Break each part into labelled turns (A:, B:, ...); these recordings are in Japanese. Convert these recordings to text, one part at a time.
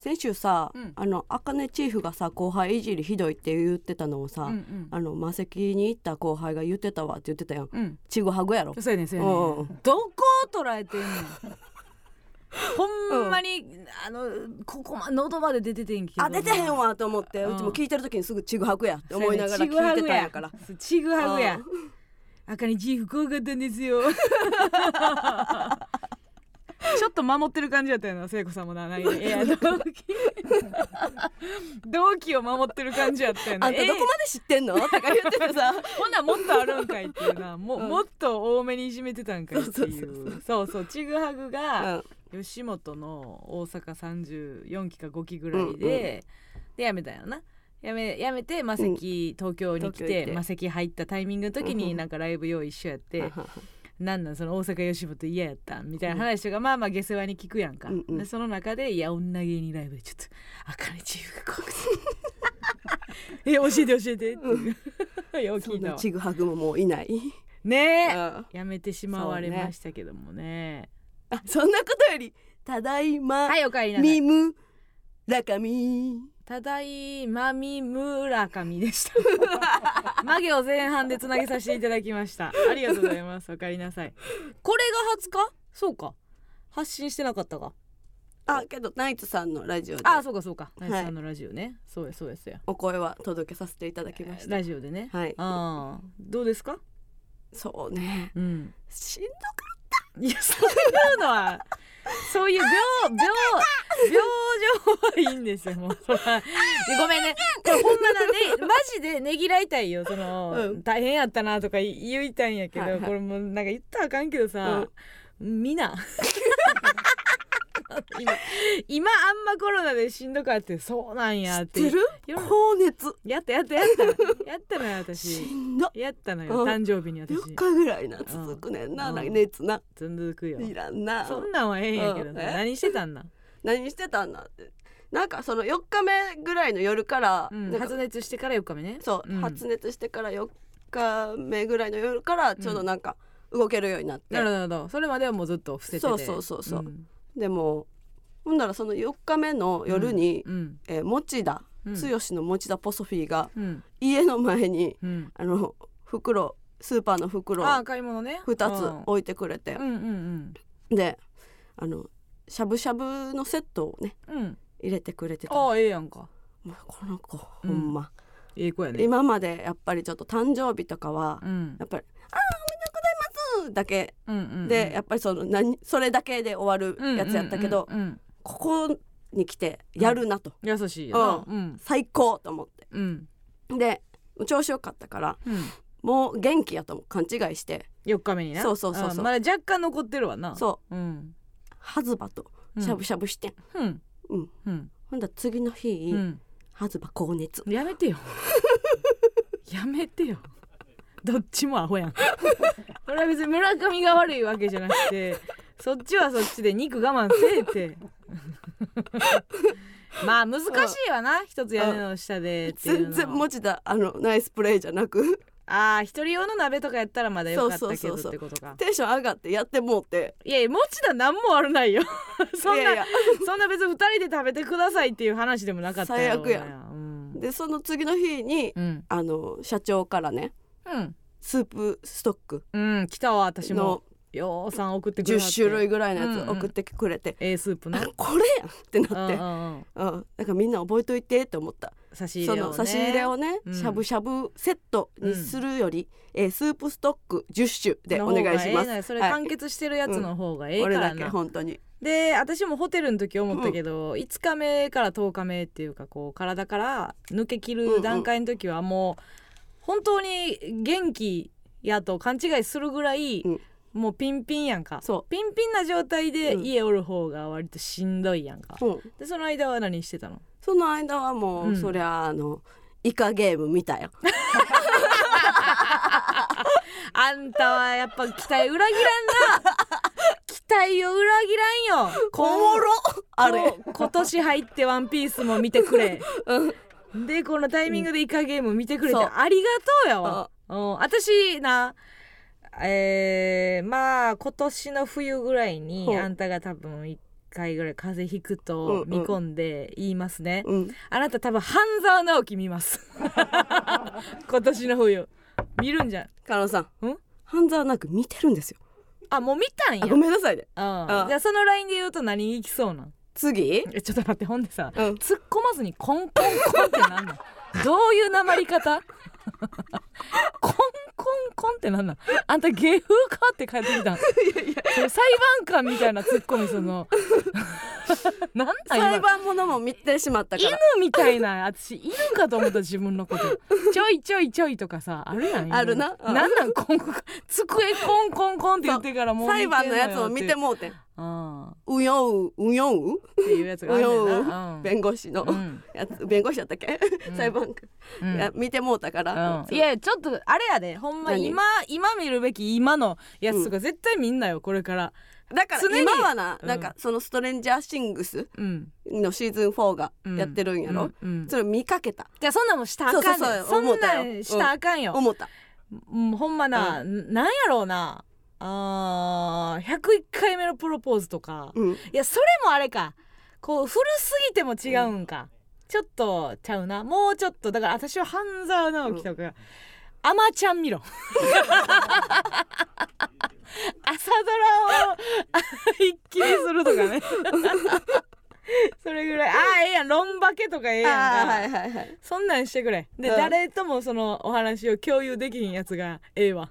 A: 先週さ、
B: うん
A: あの茜チーフがさ後輩いじりひどいって言ってたのをさ、
B: うんうん
A: あの魔石に行った後輩が言ってたわって言ってたやん
B: うん
A: ちぐはぐやろ
B: そうやねんそうや
A: う
B: ね
A: んうん
B: んどこを捉え てんねんほんまに、あのここま喉まで出ててんけど
A: あ出てへんわと思って、う
B: うん
A: ちも聞いてる時にすぐちぐはぐやって
B: そうやね
A: 思いながら聞いてたんやから
B: ちぐはぐや
A: うん
B: 赤にジーフ怖かったんで すよちょっと守ってる感じだったよな聖子さんも ななんかいや同期同期を守ってる感じやったよな
A: あんたどこまで知ってんのとか言ってて さ
B: ほんならもっとあるんかいっていう なも,、う
A: うん
B: もっと多めにいじめてたんかいってい
A: そうそうそう
B: そうそうちぐはぐ
A: う
B: が、
A: ん
B: 吉本の大阪34期か5期ぐらいで、でやめたんやろなやめやめてマセキ東京に来
A: 東京行ってて
B: マセキ入ったタイミングの時
A: うんう
B: に
A: ん
B: なんかライブ用一緒やって、なんなんその大阪吉本嫌やったんみたいな話とか、まあまあ下世話に聞くやんか、
A: うんうん
B: でその中でいや女芸人ライブでちょっとあかねチーフが怖くて え教えて教えてって、うよう
A: そ
B: 聞い
A: ん
B: た
A: な
B: わ
A: ちぐはぐももういない
B: ね
A: うん
B: え、
A: あ
B: やめてしまわれましたけどもね
A: そんなことよりただいま、
B: はいおかえりなさ
A: み
B: い
A: むらかみ
B: ただいまみ村上で した曲げを前半でつなげさせていただきましたありがとうございますおかえりなさいこれが初かそうか発信してなかったか
A: あけどナイツさんのラジオで
B: ああそうかそうか、ナイ
A: は
B: ス
A: い
B: さんのラジオねそうやそうやそうや
A: お声は届けさせていただきました
B: ラジオでね、
A: はい
B: ああどうですか
A: そうね
B: うん
A: しんど
B: いやそういうのはそういう病病病状はいいんですよ もうそらごめんねこれほんまだねマジでねぎらいたいよその、
A: うん
B: 大変やったなとか言いたいんやけど、
A: はいはい
B: これもうなんか言ったらあかんけどさ、みんな今今あんまコロナでしんどかってそうなんやって
A: 知ってる
B: 世の
A: 高熱
B: やったやったやったやったのよ
A: し
B: 私
A: んど
B: やったのよ
A: うん
B: 誕生日に私
A: 4日ぐらいな続くねんな
B: うん
A: 来熱な
B: 続くよ
A: いらんな
B: そんなんはええんやけど
A: うん
B: な何してたんな
A: 何してたんだってなんかその4日目ぐらいの夜から
B: うん
A: なんか
B: 発熱してから4日目ね
A: そう、
B: ん
A: 発熱してから4日目ぐらいの夜からちょうどなんか動けるようになって、
B: なるほどなるほどそれまではもうずっと伏せてて
A: そうそうそうそうんでもほんならその4日目の夜に、
B: うん
A: えー持田
B: うん
A: 剛の持田ポソフィーが
B: うん
A: 家の前に
B: うん
A: あの袋スーパーの袋
B: ああ買い物ね
A: 2つ
B: う
A: 置いてくれて
B: ん、うんうん
A: であのしゃぶしゃぶのセットをね
B: うんうん
A: 入れてくれてた
B: ああええやんか
A: もうこの子ほんま、
B: ええ子やね
A: 今までやっぱりちょっと誕生日とかは、
B: うん
A: やっぱり「あーおめでとうございます」だけ
B: うんうん
A: で、やっぱりその何それだけで終わ
B: うん
A: るやつやったけど、
B: うんうん
A: ここに来てやるなと、
B: うん優しいよな
A: う
B: うん
A: 最高と思って
B: うん
A: で調子よかったから
B: うん
A: もう元気やと勘違いして
B: 4日目にな
A: そうそうそうそう
B: あまだ若干残ってるわな
A: そ
B: うん
A: うはずばと
B: うん
A: しゃぶしゃぶしてん、
B: うん
A: うん
B: うん
A: ほんだら次の日、
B: うん
A: はずば高熱
B: やめてよ やめてよどっちもアホやん これは別に村上が悪いわけじゃなくてそっちはそっちで肉我慢せえって まあ難しいわな一つ屋根の下でっていう
A: 全
B: の
A: 然持田あのナイスプレーじゃなく
B: ああ一人用の鍋とかやったらまだよかったけ
A: そ
B: ど
A: うそうそうそ
B: っ
A: う
B: てことか
A: テンション上がってやってもうて
B: いやいや持田何も悪ないよ そんない
A: やいや
B: そんな別に二人で食べてくださいっていう話でもなかったろうな
A: 最悪や
B: うん
A: でその次の日に、
B: うん
A: あの社長からね
B: うん
A: スープストック
B: うん来たわ私も
A: の
B: ようさん送ってくれはっ
A: 10
B: て
A: 種類ぐらいのや
B: うん
A: つ
B: うん
A: 送ってくれて、
B: ええスープの
A: あこれやんって
B: うん
A: なっ
B: う
A: て、
B: んうん
A: うん、だからみんな覚えといてって思った、
B: 差し入
A: そ
B: れを
A: の
B: ね
A: 差し入れをね、
B: うん
A: しゃぶしゃぶセットにするより、えースープストック10種でお願いし
B: の方がえ
A: ま
B: え
A: す、
B: なそれ
A: はい
B: 完結してるやつの方がええか
A: 俺
B: ら
A: だけ
B: な、
A: 本当に
B: で私もホテルの時思ったけど、5日目から10日目っていうかこう体から抜け切る段階の時はもう本当に元気やと勘違いするぐらい、
A: うん
B: もうピンピンやんか
A: そ
B: ピンピンな状態で
A: うん
B: 家おる方が割としんどいやんか、
A: う、うん、
B: でその間は何してたの
A: その間はもう、
B: うん
A: そりゃあのイカゲーム見たよ
B: あんたはやっぱ期待裏切らんな期待を裏切らんよ
A: おもろあれ
B: こう今年入って「ワンピースも見てくれ
A: うん
B: でこのタイミングでイカゲーム見てくれて
A: そう
B: ありがとうやわ、うん、私なえーまあ今年の冬ぐらいに
A: ほう
B: あんたが多分1回ぐらい風邪ひくと見込んで言いますね、
A: うん、
B: あなた多分半沢直樹見ます 今年の冬見るんじゃん
A: カロンさん、
B: ん
A: 半沢なく見てるんですよ。
B: あもう見たんや
A: あごめんなさいね。
B: あ
A: あ
B: じゃあそのラインで言うと何行きそうなん
A: 次、
B: えちょっと待ってほんでさ
A: うん、
B: 突っ込まずにコンコンコンってな んなんどういうなまり方コンコンコンってなんなんあんた芸風かって帰ってきたんそれ裁判官みたいな突っ込み そのなんなん今
A: 裁判者も見てしまったから。
B: 犬みたいな私犬かと思った自分のことちょいちょいちょいとかさあるやん
A: あるなうん
B: なんなんコンコン机コンコンコンって言ってからもう見
A: 裁
B: てんのよ
A: 判のやつを見て
B: って
A: もうてん。
B: あ
A: うよう、うよう、
B: ーっていうやつがあるんだよなうん
A: 弁護士の、
B: うん
A: やつ、弁護士やったっけ、
B: うん
A: 裁判
B: うん
A: 官、 いや見てもうたから。
B: うんいやちょっとあれやでほんま
A: 何
B: 今今見るべき今のやつとか絶対見んなよこれから
A: だから
B: 常に
A: 今はな、
B: うん
A: なんかそのストレンジャーシングス
B: うん
A: のシーズン4がやってるんやろ、
B: うんうん
A: それ見かけた
B: じゃあそんなんもしたらあかん
A: そう
B: ね
A: そ
B: ん
A: うそう
B: そ
A: 思
B: ん
A: うた
B: な
A: よ
B: んしたらあかんよ
A: 思った
B: うんほんまな、なんやろうなあー101回目のプロポーズとか、
A: うん
B: いやそれもあれかこう古すぎても違うんか、ちょっとちゃうなもうちょっとだから私は半沢直樹とか、アマちゃん見ろ朝ドラをあ一気にすると かねそれぐらいああええやんロンバケとかええやん
A: あ
B: か、
A: あはいはいはい
B: そんなんしてくれで、
A: うん
B: 誰ともそのお話を共有できひんやつがえ えわ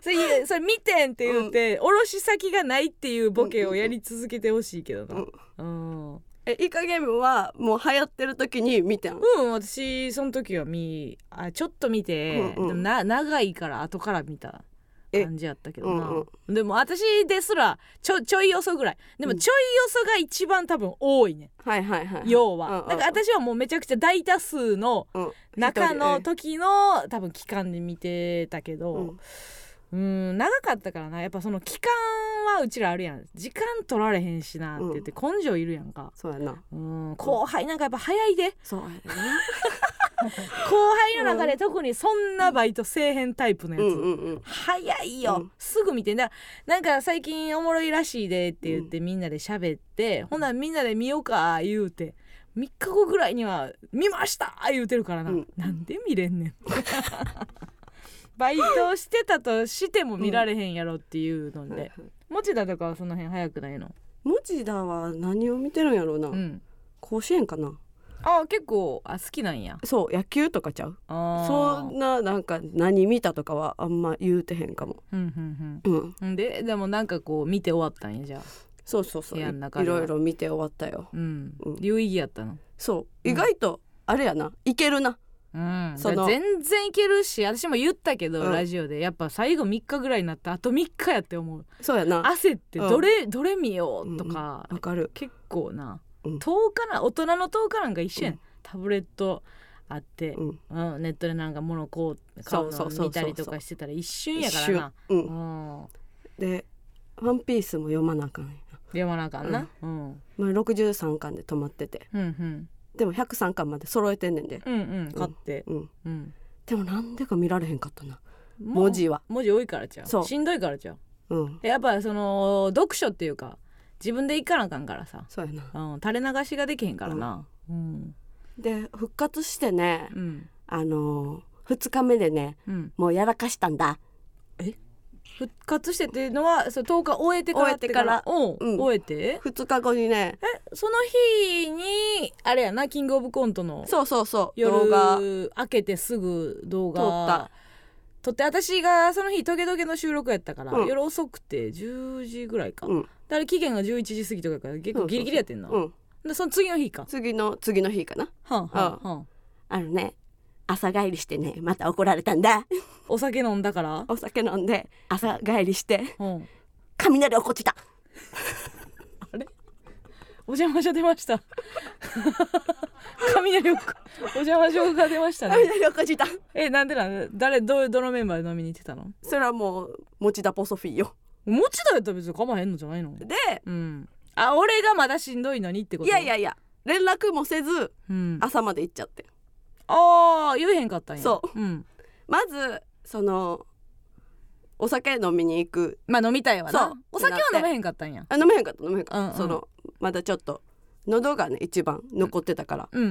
B: それそれ見てんって言って、卸先がないっていうボケをやり続けてほしいけどな
A: う
B: うん、うん、
A: えイカゲームはもう流行ってる時に見てん、
B: 私その時は見あちょっと見て、
A: うんうん
B: でもな長いから後から見た
A: え
B: 感じやったけどな、
A: うん
B: でも私ですらちょちょいよそぐらいでも
A: うん
B: ちょいよそが一番多分多いね、
A: はいはいはい
B: 要
A: うんうん
B: は
A: うん
B: だから私はもうめちゃくちゃ大多数の
A: うん
B: 中の
A: 一人
B: 時の多分期間で見てたけ
A: ええう
B: ど
A: ん
B: うん長かったからなやっぱその期間はうちらあるやん時間取られへんしなって言って根性いるやんか、
A: そうやな
B: うん、後輩なんかやっぱ早いで
A: そうやね
B: 後輩の中で特にそんなバイトせえへんタイプのやつ、
A: うんうんうん
B: 早いよ、
A: うん
B: すぐ見てななんか最近おもろいらしいでって言ってみんなで喋って、ほなみんなで見ようか言うて3日後ぐらいには「見ました!」言うてるからな、
A: うん
B: なんで見れんねん バイトしてたとしても見られへんやろっていうの
A: はい
B: で、
A: はい
B: 持田とかはその辺早くないの
A: 文田は何を見てるんやろうな、
B: うん
A: 甲子園かな
B: あ結構あ好きなんや
A: そう野球とかちゃう
B: あー
A: そんななんか何見たとかはあんま言うてへんかも
B: うんうん
A: うん
B: うんででもなんかこう見て終わったんやじゃあ
A: そうそうそう
B: 部
A: い
B: 屋の中ではい
A: ろいろ見て終わったよ
B: うん、
A: うん
B: 有意義やったの
A: そう
B: うん
A: 意外とあれやないけるな
B: うん、
A: その
B: 全然いけるし私も言ったけど、
A: うん
B: ラジオでやっぱ最後3日ぐらいになったあと3日やって思う
A: そうやな
B: 焦って
A: うん
B: どれ、どれ見ようとか、
A: わかる
B: 結構な、
A: うん
B: 10日な大人の10日なんか一緒やん、
A: うん
B: タブレットあって、
A: うん
B: うんネットでなんか物こう買う
A: そ
B: の
A: うそうそうそう
B: 見たりとかしてたら一瞬やから
A: 一
B: な
A: 瞬、うん
B: うん、
A: でワンピースも読まなあかんや
B: でもなあかんな、うんうん、
A: まあ63巻で止まってて
B: うんうん
A: でも103巻まで揃えてんねんで
B: うん買って、
A: うん
B: うん、
A: でもなんでか見られへんかったな
B: もう
A: 文字は
B: 文字多いからちゃ
A: そう
B: うしんどいからちゃう
A: うん
B: やっぱその読書っていうか自分で行かなあかんからさ、
A: そうやな
B: うん、垂れ流しができへんからなうん
A: で復活してね
B: うん
A: あのー、2日目でね
B: うん
A: もうやらかしたんだ
B: 復活してっていうのはそう10日終えてからってからおう
A: うん
B: 終えて
A: 2日後にね
B: その日にあれやなキングオブコントの
A: そうそうそう
B: 夜
A: 動画
B: 明けてすぐ動画
A: 撮った
B: 撮って私がその日トゲトゲの収録やったから、
A: うん
B: 夜遅くて10時ぐらいか、
A: うん
B: だから期限が11時過ぎとかやから結構ギリギリやってんな
A: うん
B: でその次の日か
A: 次の次の日かな
B: はんはんはん
A: あのね朝帰りしてねまた怒られたんだ
B: お酒飲んだから
A: お酒飲んで朝帰りして
B: うん
A: 雷落っこちた
B: お邪魔状出ました雷おお邪魔状が出ました ね
A: 雷落っこちた
B: えなんでなんで誰どうどのメンバーで飲みに行ってたの
A: それはもう持田ポソフィーよ
B: 持ちだやったら別に構わへんのじゃないの
A: で
B: うんあ俺がまだしんどいのにってこ
A: い
B: と
A: やい、やいや連絡もせず
B: うん、あ
A: 朝まで行っちゃって
B: あー言えへんかったんや、
A: そう
B: うん、
A: まずそのお酒飲みに行く
B: まあ飲みたいわ
A: そう
B: なお酒は飲めへんかったんや
A: あ飲めへんかった飲めへんかった、
B: うんうん
A: そのまだちょっと喉がね一番残ってたから、
B: うんう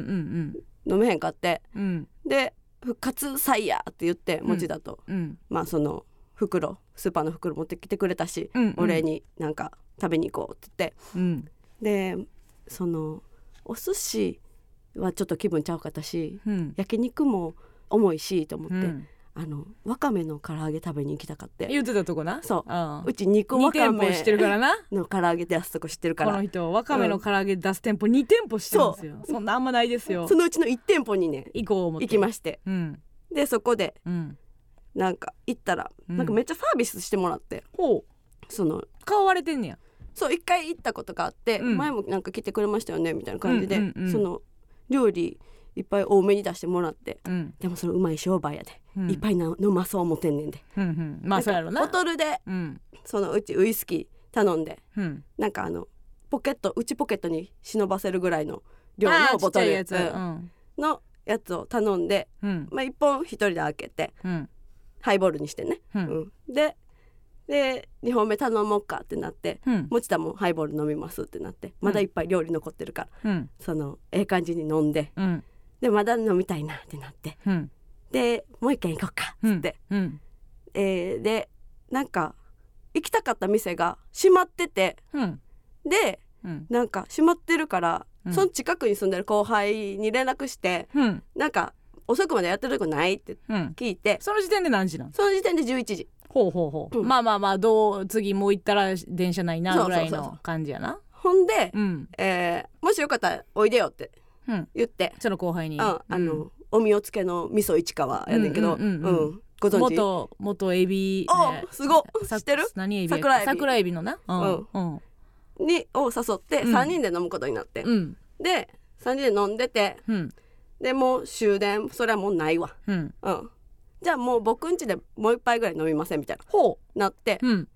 B: ん
A: 飲めへんかって
B: うんうん
A: で復活祭やって言って持だと、
B: うん
A: まあその袋スーパーの袋持ってきてくれたし、
B: うん
A: お礼になんか食べに行こうって言って
B: うん
A: でそのお寿司はちょっと気分ちゃうかったし
B: うん
A: 焼肉も重いしと思って、
B: うん
A: あのわかめの唐揚げ食べに行きたかって
B: 言ってたとこな
A: そう
B: あ
A: うち肉
B: 2
A: わか
B: 店舗
A: め
B: してるからな
A: の唐揚げ出すとこ知ってるか
B: この
A: ら
B: 人わかめの唐揚げ出す店舗2店舗してるんですよそんなあんまないですよ
A: そのうちの1店舗にね
B: 行こう思って
A: 行き
B: し
A: まして
B: たうん
A: でそこで
B: うん
A: なんか行ったら、
B: うん
A: なんかめっちゃサービスしてもらって
B: ほう
A: その
B: 買われてんねや
A: そう一回行ったことがあって、
B: うん
A: 前もなんか来てくれましたよねみたいな感じで、
B: うんうんうん
A: その料理いっぱい多めに出してもらって
B: うん
A: でもそれうまい商売やで、
B: うん
A: いっぱいな飲まそう思てんねんで、
B: うんうんまあそうやろな
A: ボトルで
B: うん
A: そのうちウイスキー頼んで
B: うん
A: なんかあのポケット内ポケットに忍ばせるぐらいの量
B: あ
A: の
B: ー
A: ボトル
B: ちっちゃいやつ
A: う
B: うんん
A: のやつを頼んで、
B: うん
A: まあ、1本一人で開けて
B: うん
A: ハイボールにしてね、
B: う
A: うんんでで2本目頼もうかってなって
B: うん
A: 持田もハイボール飲みますってなってまだいっぱい料理残ってるから、
B: うん
A: そのええ感じに飲んで
B: うん
A: でまだ飲みたいなってなって
B: うん
A: でもう一軒行こうかっつって、
B: うん
A: えーでなんか行きたかった店が閉まってて
B: うん
A: で
B: うん
A: なんか閉まってるから、
B: うん
A: その近くに住んでる後輩に連絡して
B: うん
A: なんか遅くまでやってるとこないって
B: うん
A: 聞いて
B: その時点で何時なん
A: その時点で11時
B: ほうほうほう、
A: うん
B: まあまあまあどう次もう行ったら電車ない
A: そ
B: な
A: うそう
B: ぐ
A: そう
B: らいの感じやな
A: ほんで、
B: うん
A: えーもしよかったらおいでよって
B: うん
A: 言って、
B: その後輩に、
A: うんあの、
B: うん
A: お身をつけの味噌市川やねんけど、う
B: う
A: んん
B: うんうんうん
A: ご存知
B: 元元エビ、
A: お
B: ね
A: うすごっ知
B: さ
A: ってる
B: 何エビ
A: 桜エビ
B: 桜エビのなうんうん
A: にを誘って
B: うん
A: 3人で飲むことになって、
B: うん
A: で3人で飲んでて
B: うん
A: でもう終電それはもうないわ、
B: うん
A: うん、じゃあもう僕ん家でもう一杯ぐらい飲みませんみたいな
B: ほ
A: なって
B: ううん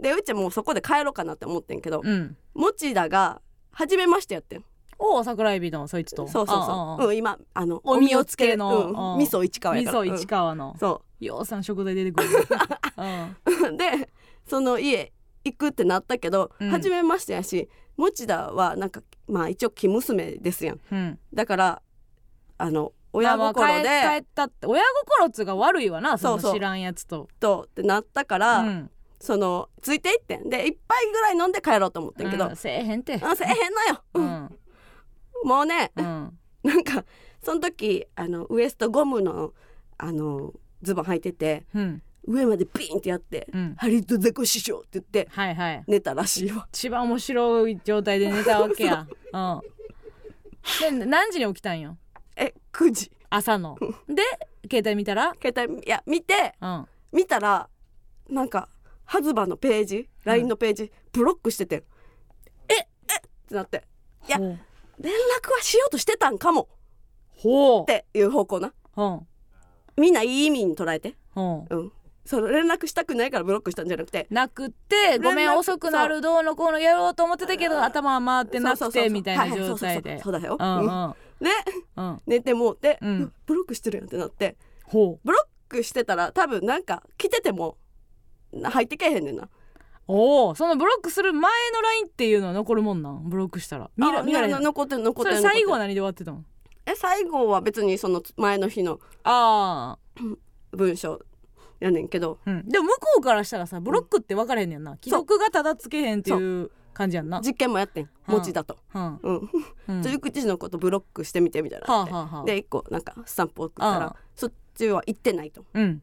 A: でうちはもうそこで帰ろうかなって思ってんけど
B: うん
A: 持田が初めましてやってん
B: おう桜エビのそいつ
A: そ
B: と
A: うそう
B: あ
A: そ
B: あ
A: う、うん、今あの
B: お身をつけ
A: お身を
B: の
A: つけ
B: あ
A: う
B: あ
A: ん、味噌市川や
B: 味
A: から
B: 噌市川の
A: うん、そ
B: ようさん食材出 てくるうん
A: う でその家行くってなったけど、
B: うん
A: 初めましてやし持田はなんかまあ一応生娘ですやん
B: うん
A: だからあの親心
B: まあまあ
A: で
B: 帰帰ったって親心っつうか悪いわなそ
A: そうそ
B: の
A: う
B: 知らんやつと
A: とってなったから、
B: うん
A: そのついていってんで一杯ぐらい飲んで帰ろうと思ってんけど、
B: うんせえへんて
A: あせえへんのよ、
B: うん
A: もうね
B: うん
A: なんかその時あのウエストゴムのあのズボン履いてて
B: うん
A: 上までピーンってやって「
B: うん
A: ハリウッドザコ師匠」って言って
B: はいはい
A: 寝たらしいわ
B: 一番面白い状態で寝たわけ やうんで何時に起きたんよ
A: え9時
B: 朝ので携帯見たら
A: 携帯いや見て
B: うん
A: 見たらなんかハズバのページ LINE のページ、ブロックしててんええってなっていや
B: ほう
A: 連絡はしようとしてたんかも
B: ほ
A: っていう方向な
B: ううん
A: みんないい意味に捉えて
B: うん
A: うんその連絡したくないからブロックしたんじゃなくて
B: なくってごめ
A: 連
B: ん
A: 絡
B: 遅くなるどうのこうのやろうと思ってたけど頭は回ってな
A: そう
B: く
A: そうそう
B: て
A: そう
B: みたい
A: は
B: な
A: は
B: 状態で
A: そうそうそうそうだよ、
B: う
A: う
B: んうんん
A: で
B: うん
A: 寝てもうて、
B: うん
A: うわブロックしてるやんってなって
B: ほう
A: ブロックしてたら多分なんか来ててもな入ってけへんねんな
B: おおそのブロックする前のラインっていうのは残るもんなんブロックしたら見ら
A: あ
B: 見られへ
A: なんな残ってる残っ
B: そ
A: てる
B: れ
A: 残って
B: 最
A: る
B: 後は何で終わってたの
A: え最後は別にその前の日の
B: あ
A: 文章やねんけど
B: あ、うん、でも向こうからしたらさブロックって分からへんねんな既読がただつけへんっていう感じやんな
A: 実験もやってん
B: うん
A: 持ちだと、
B: うん
A: うん、
B: うん
A: ちょい口のことブロックしてみてみたいな
B: はあ
A: のあっ
B: は
A: て、
B: あはあ
A: で一個なんかスタンプ送ったら、
B: うん
A: そっちは行ってないと
B: うん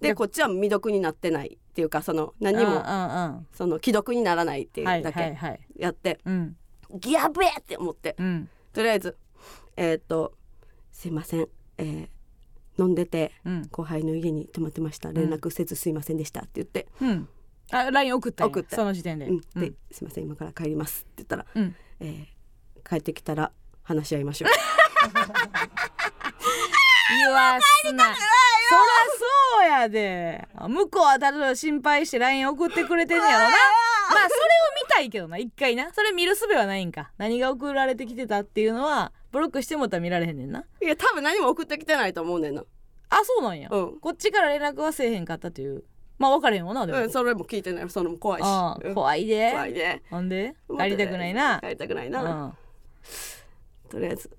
B: で
A: でこっちは未読になってないっていうかその何
B: うんうん
A: もその既読にならないっていううん
B: はいは
A: だ
B: い
A: け
B: はい
A: やって
B: うん
A: ギャベーって思って
B: うん
A: とりあえずえーっとすいません、えー飲んでて
B: うん
A: 後輩の家に泊まってました連絡せずすいませんでしたって言って、
B: うんあ LINE 送ったんや
A: 送った
B: その時点で
A: うん
B: う
A: で
B: ん
A: すいません今から帰りますって言ったら、
B: うん
A: えー帰ってきたら話し合いましょう
B: 言わすなそらそうやで向こうはだろ心配して LINE 送ってくれてんやろなまあそれを見たいけどな一回なそれ見る術はないんか何が送られてきてたっていうのはブロックしてもったら見られへんねんない
A: や多分何も送ってきてないと思うねんな
B: あそうなんや
A: うん
B: こっちから連絡はせえへんかったというまあ分かれへんわなでも、
A: うん、それも聞いてないそれも怖いし、
B: あ
A: うん
B: 怖いで
A: 怖いね
B: なんで帰りたくないな
A: 帰りたくないうな、とりあえず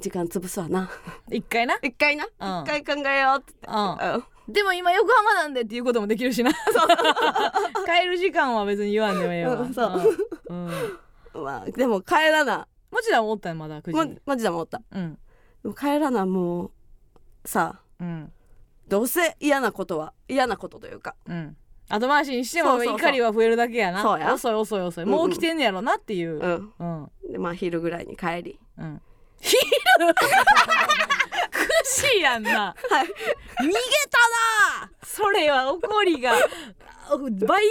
A: 時間潰すわな
B: ん、一回な
A: 一回な、
B: う
A: 一
B: ん
A: 回考えようって
B: う
A: うん
B: ん、でも今横浜なんでっていうこともできるしな 帰る時間は別に言わんでもええ わ、
A: うんそ
B: うんうん
A: まあでも帰らな
B: もちろんおったよまだ9時
A: ま
B: に、
A: マジで思った
B: うん
A: でも帰らなもうさ
B: うん
A: どうせ嫌なことは嫌なことというか
B: うん後回しにしても
A: そうそうそう
B: 怒りは増えるだけやな
A: そうや
B: 遅い遅い遅い
A: うんうん
B: もう来てんねやろなっていう、
A: うん
B: うん
A: でまあ昼ぐらいに帰り
B: うん 昼苦しいやんな
A: はい
B: 逃げたなそれは怒りがあ 倍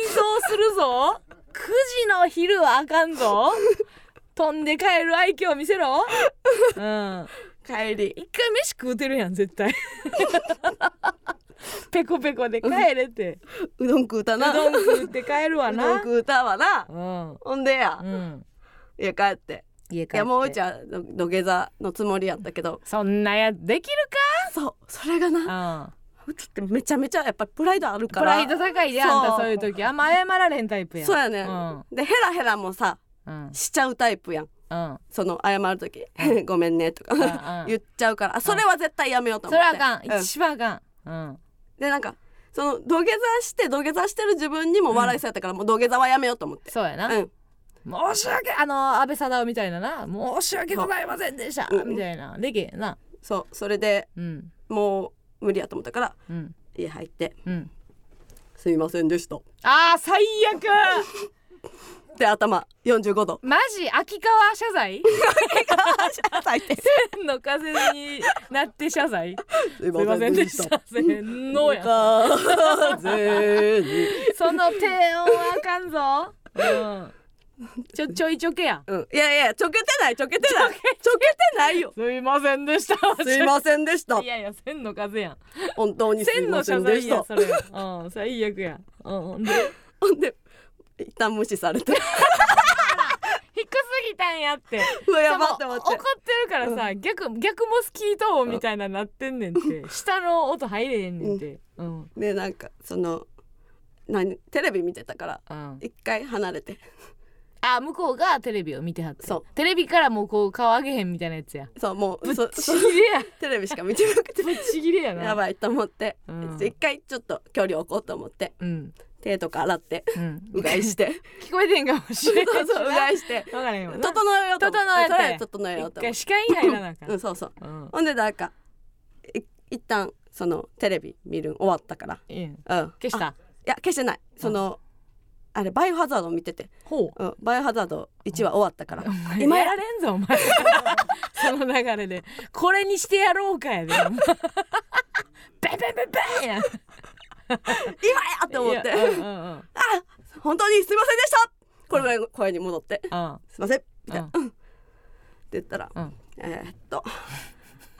B: 増するぞ9時の昼はあかんぞ飛んで帰る愛嬌見せろうん
A: 帰り
B: 一回飯食うてるやん絶対 ペコペコで帰れて
A: うどん食うた
B: う
A: なう
B: どん食って帰るわ
A: どん
B: な
A: 食うたわな
B: うん
A: ほんでや
B: うん
A: 家帰って
B: 家帰っ
A: い
B: て
A: やもううちはの土下座のつもりやったけど
B: そんなやつできる
A: そうそれがな
B: か、うん
A: うちってめちゃめちゃやっぱりプライドあるか
B: プ
A: ら
B: ライド高いであんた
A: そう
B: そういう時あんま謝られへんタイプやん
A: そうやね、
B: うん
A: でヘラヘラもさ
B: うん
A: しちゃうタイプやん
B: うん
A: その謝る時
B: う
A: 「 ごめんね」とか
B: うんう ん
A: 言っちゃうからあそれは絶対やめようと
B: そ
A: 思
B: れ
A: って
B: はあかん
A: うん
B: 一番あかん
A: でなんかその土下座して土下座してる自分にも笑いそうやったから、もう土下座はやめようと思って
B: そうやな
A: うん
B: 申し訳あの安倍貞夫みたいなな申し訳ございませんでした
A: うん
B: みたいなできへんな
A: そうそれで
B: うん
A: もう無理やと思ったから
B: うん
A: 家入って
B: うん
A: 「すいませんでした」
B: あー最 悪
A: で頭45度
B: マジ秋川謝 罪
A: 入って
B: 天の風になって謝罪
A: 「 すい
B: すいませんでしたせんのや
A: 風に
B: その低音はあかんぞうんちょちょいちょけや
A: うん、いやいやちょけてないちょけてないちょけてないよ
B: すいませんでした
A: すいませんでした
B: いやいや千の風やん
A: 本当にすい
B: 千
A: ま
B: の
A: せ
B: 謝
A: んで
B: 罪
A: し
B: や
A: た
B: それうん最悪やうんで
A: ほんで一旦無視され て
B: 低すぎたんやって
A: うわや
B: でも
A: ばって思って
B: 怒ってるからさ、逆逆モスキート音みたいななってんねんって下の音入れへんねんてうん
A: でなんかその何テレビ見てたから
B: うん、
A: 一回離れて
B: あ向こうがテレビを見てはって
A: そう
B: テレビからもうこう顔上げへんみたいなやつや
A: そうもうそ
B: ち
A: そ
B: ぎれや
A: テレビしか見てな くて
B: ちぎれやな
A: やばいと思って
B: うん
A: 一回ちょっと距離置こうと思って
B: うん
A: 手とか洗って
B: うん
A: うがいして
B: 聞こえてんかもし
A: そ
B: れ
A: う
B: ないし
A: そううがいして
B: 分からへんわな
A: 整えようと思って
B: 整えて
A: とりあえず整えよう
B: 一
A: と思
B: 回
A: って
B: 視界に入らなあかん
A: うんそうそう
B: うん
A: ほんでなんかい一旦そのテレビ見るん終わったから
B: いい
A: う
B: ん
A: ん
B: 消し
A: あ
B: た
A: いや消してないそのあれバイオハザード見てて、
B: ほう
A: うん、バイオハザード1話終わったから
B: お前
A: 今
B: 今
A: や
B: やられんぞお前 その流れでこれにしてやろうかやでベンベンベンベンや
A: 今やと思っ
B: い
A: て
B: やうんうんうん
A: 本当にすいませんでしたこれぐらいの声に戻って
B: うん
A: 「すいません」って
B: うんは
A: 言ったら「
B: うん
A: えーっとは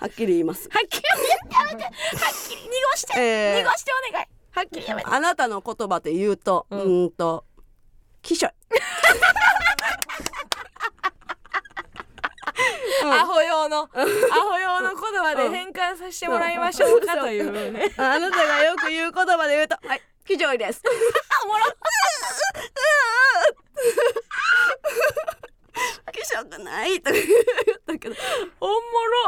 A: っきり言います
B: っきりやめてはっきり濁して、
A: えー
B: 濁してお願いはっきりやめて
A: あなたの言葉で言うとう
B: うん
A: ーんと「きしょい」うん
B: アホ用のアホ用の言葉で変換させてもらいましょうかというね
A: あなたがよく言う言葉で言うと「はいきしょいです」
B: おもろ
A: 「きしょくない」とか言ったけど、
B: おも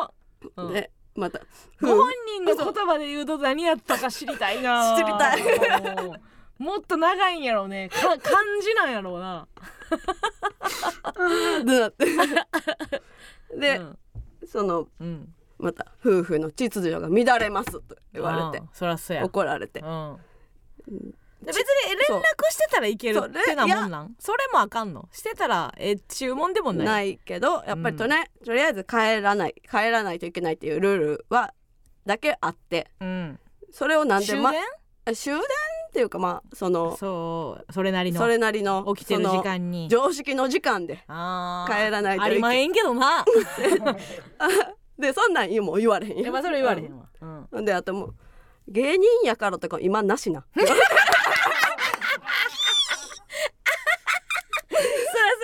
B: ろ、うん
A: でまた「
B: ご本人の言葉で言うと何やったか知りたいな
A: 知りた
B: い もっと長いんやろうねか漢字なんやろうな
A: うん」ってなってで、
B: うん
A: その
B: うん
A: また「夫婦の秩序が乱れます」と言われ
B: う
A: て
B: んそらそうや、
A: 怒られて
B: うん、で別
A: ち
B: に連絡してたらいける
A: そう
B: ってなもんなんそれもあかんのしてたらえ注文でもない
A: ないけどやっぱりと,、ねとりあえず帰らない帰らないといけないっていうルールはだけあって
B: うん、
A: それをなんで
B: 終
A: ま
B: 電
A: 終電っていうかまあその
B: そうそれなりの
A: それなりの
B: 起きてる時
A: その
B: 間に
A: 常識の時間で
B: あー
A: 帰らないといけ
B: ありまへんけど な
A: でそんなん言うもん言われへん
B: いやまあそれ言われへんわ、うん、
A: うんであともう芸人やからとか今なし な
B: そらそう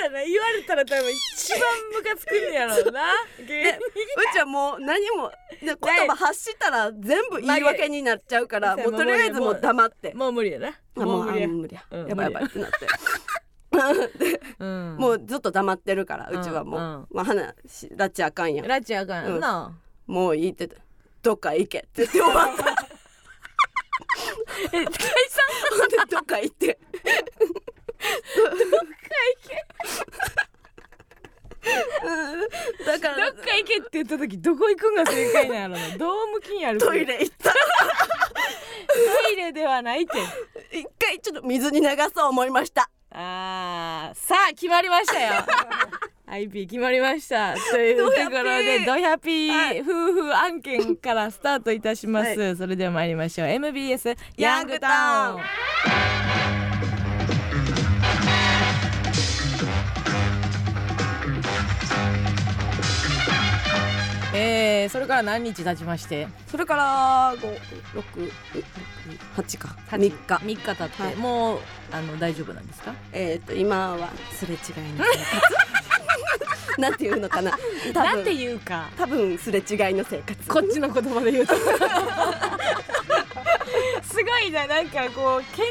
B: やな言われたら多分一一番ムカつくんやろう な芸人
A: うちはもう何もね言葉発したら全部言い訳になっちゃうから
B: ね
A: もうとりあえずもう黙って
B: もう無理やな
A: あも
B: も
A: うあ
B: う無理や
A: 無理や
B: うん
A: やばいやばいってなって。
B: うん
A: もうずっと黙ってるからうちはもう、
B: うんうん
A: まあ、話し拉致あかんやん
B: ラチあかんやんな
A: もういいって言ってどっか行けって言って終わった
B: え解散
A: ほんでどっか行ってどっか行けだか
B: ど
A: ら
B: っか行けって言った時どこ行くんが正解 なんやろなどう向きにやる
A: トイレ行った
B: トイレではないって
A: 一回ちょっと水に流そう思いました
B: あーさあ決まりましたよ IP 決まりましたというと
A: ド
B: こ
A: ヤピー
B: ろでドハピー、
A: はい
B: 夫婦案件からスタートいたします、それでは参りましょう MBS ヤングタウンえー、それから何日経ちまして
A: それから568か3日
B: 3日経って、
A: はい
B: もうあの大丈夫なんですか
A: えっ、と今はすれ違いの生活なんていうのか な多
B: なん
A: 分
B: ていうか
A: 多分すれ違いの生活
B: こっちの言葉で言うとすごいななんかこう喧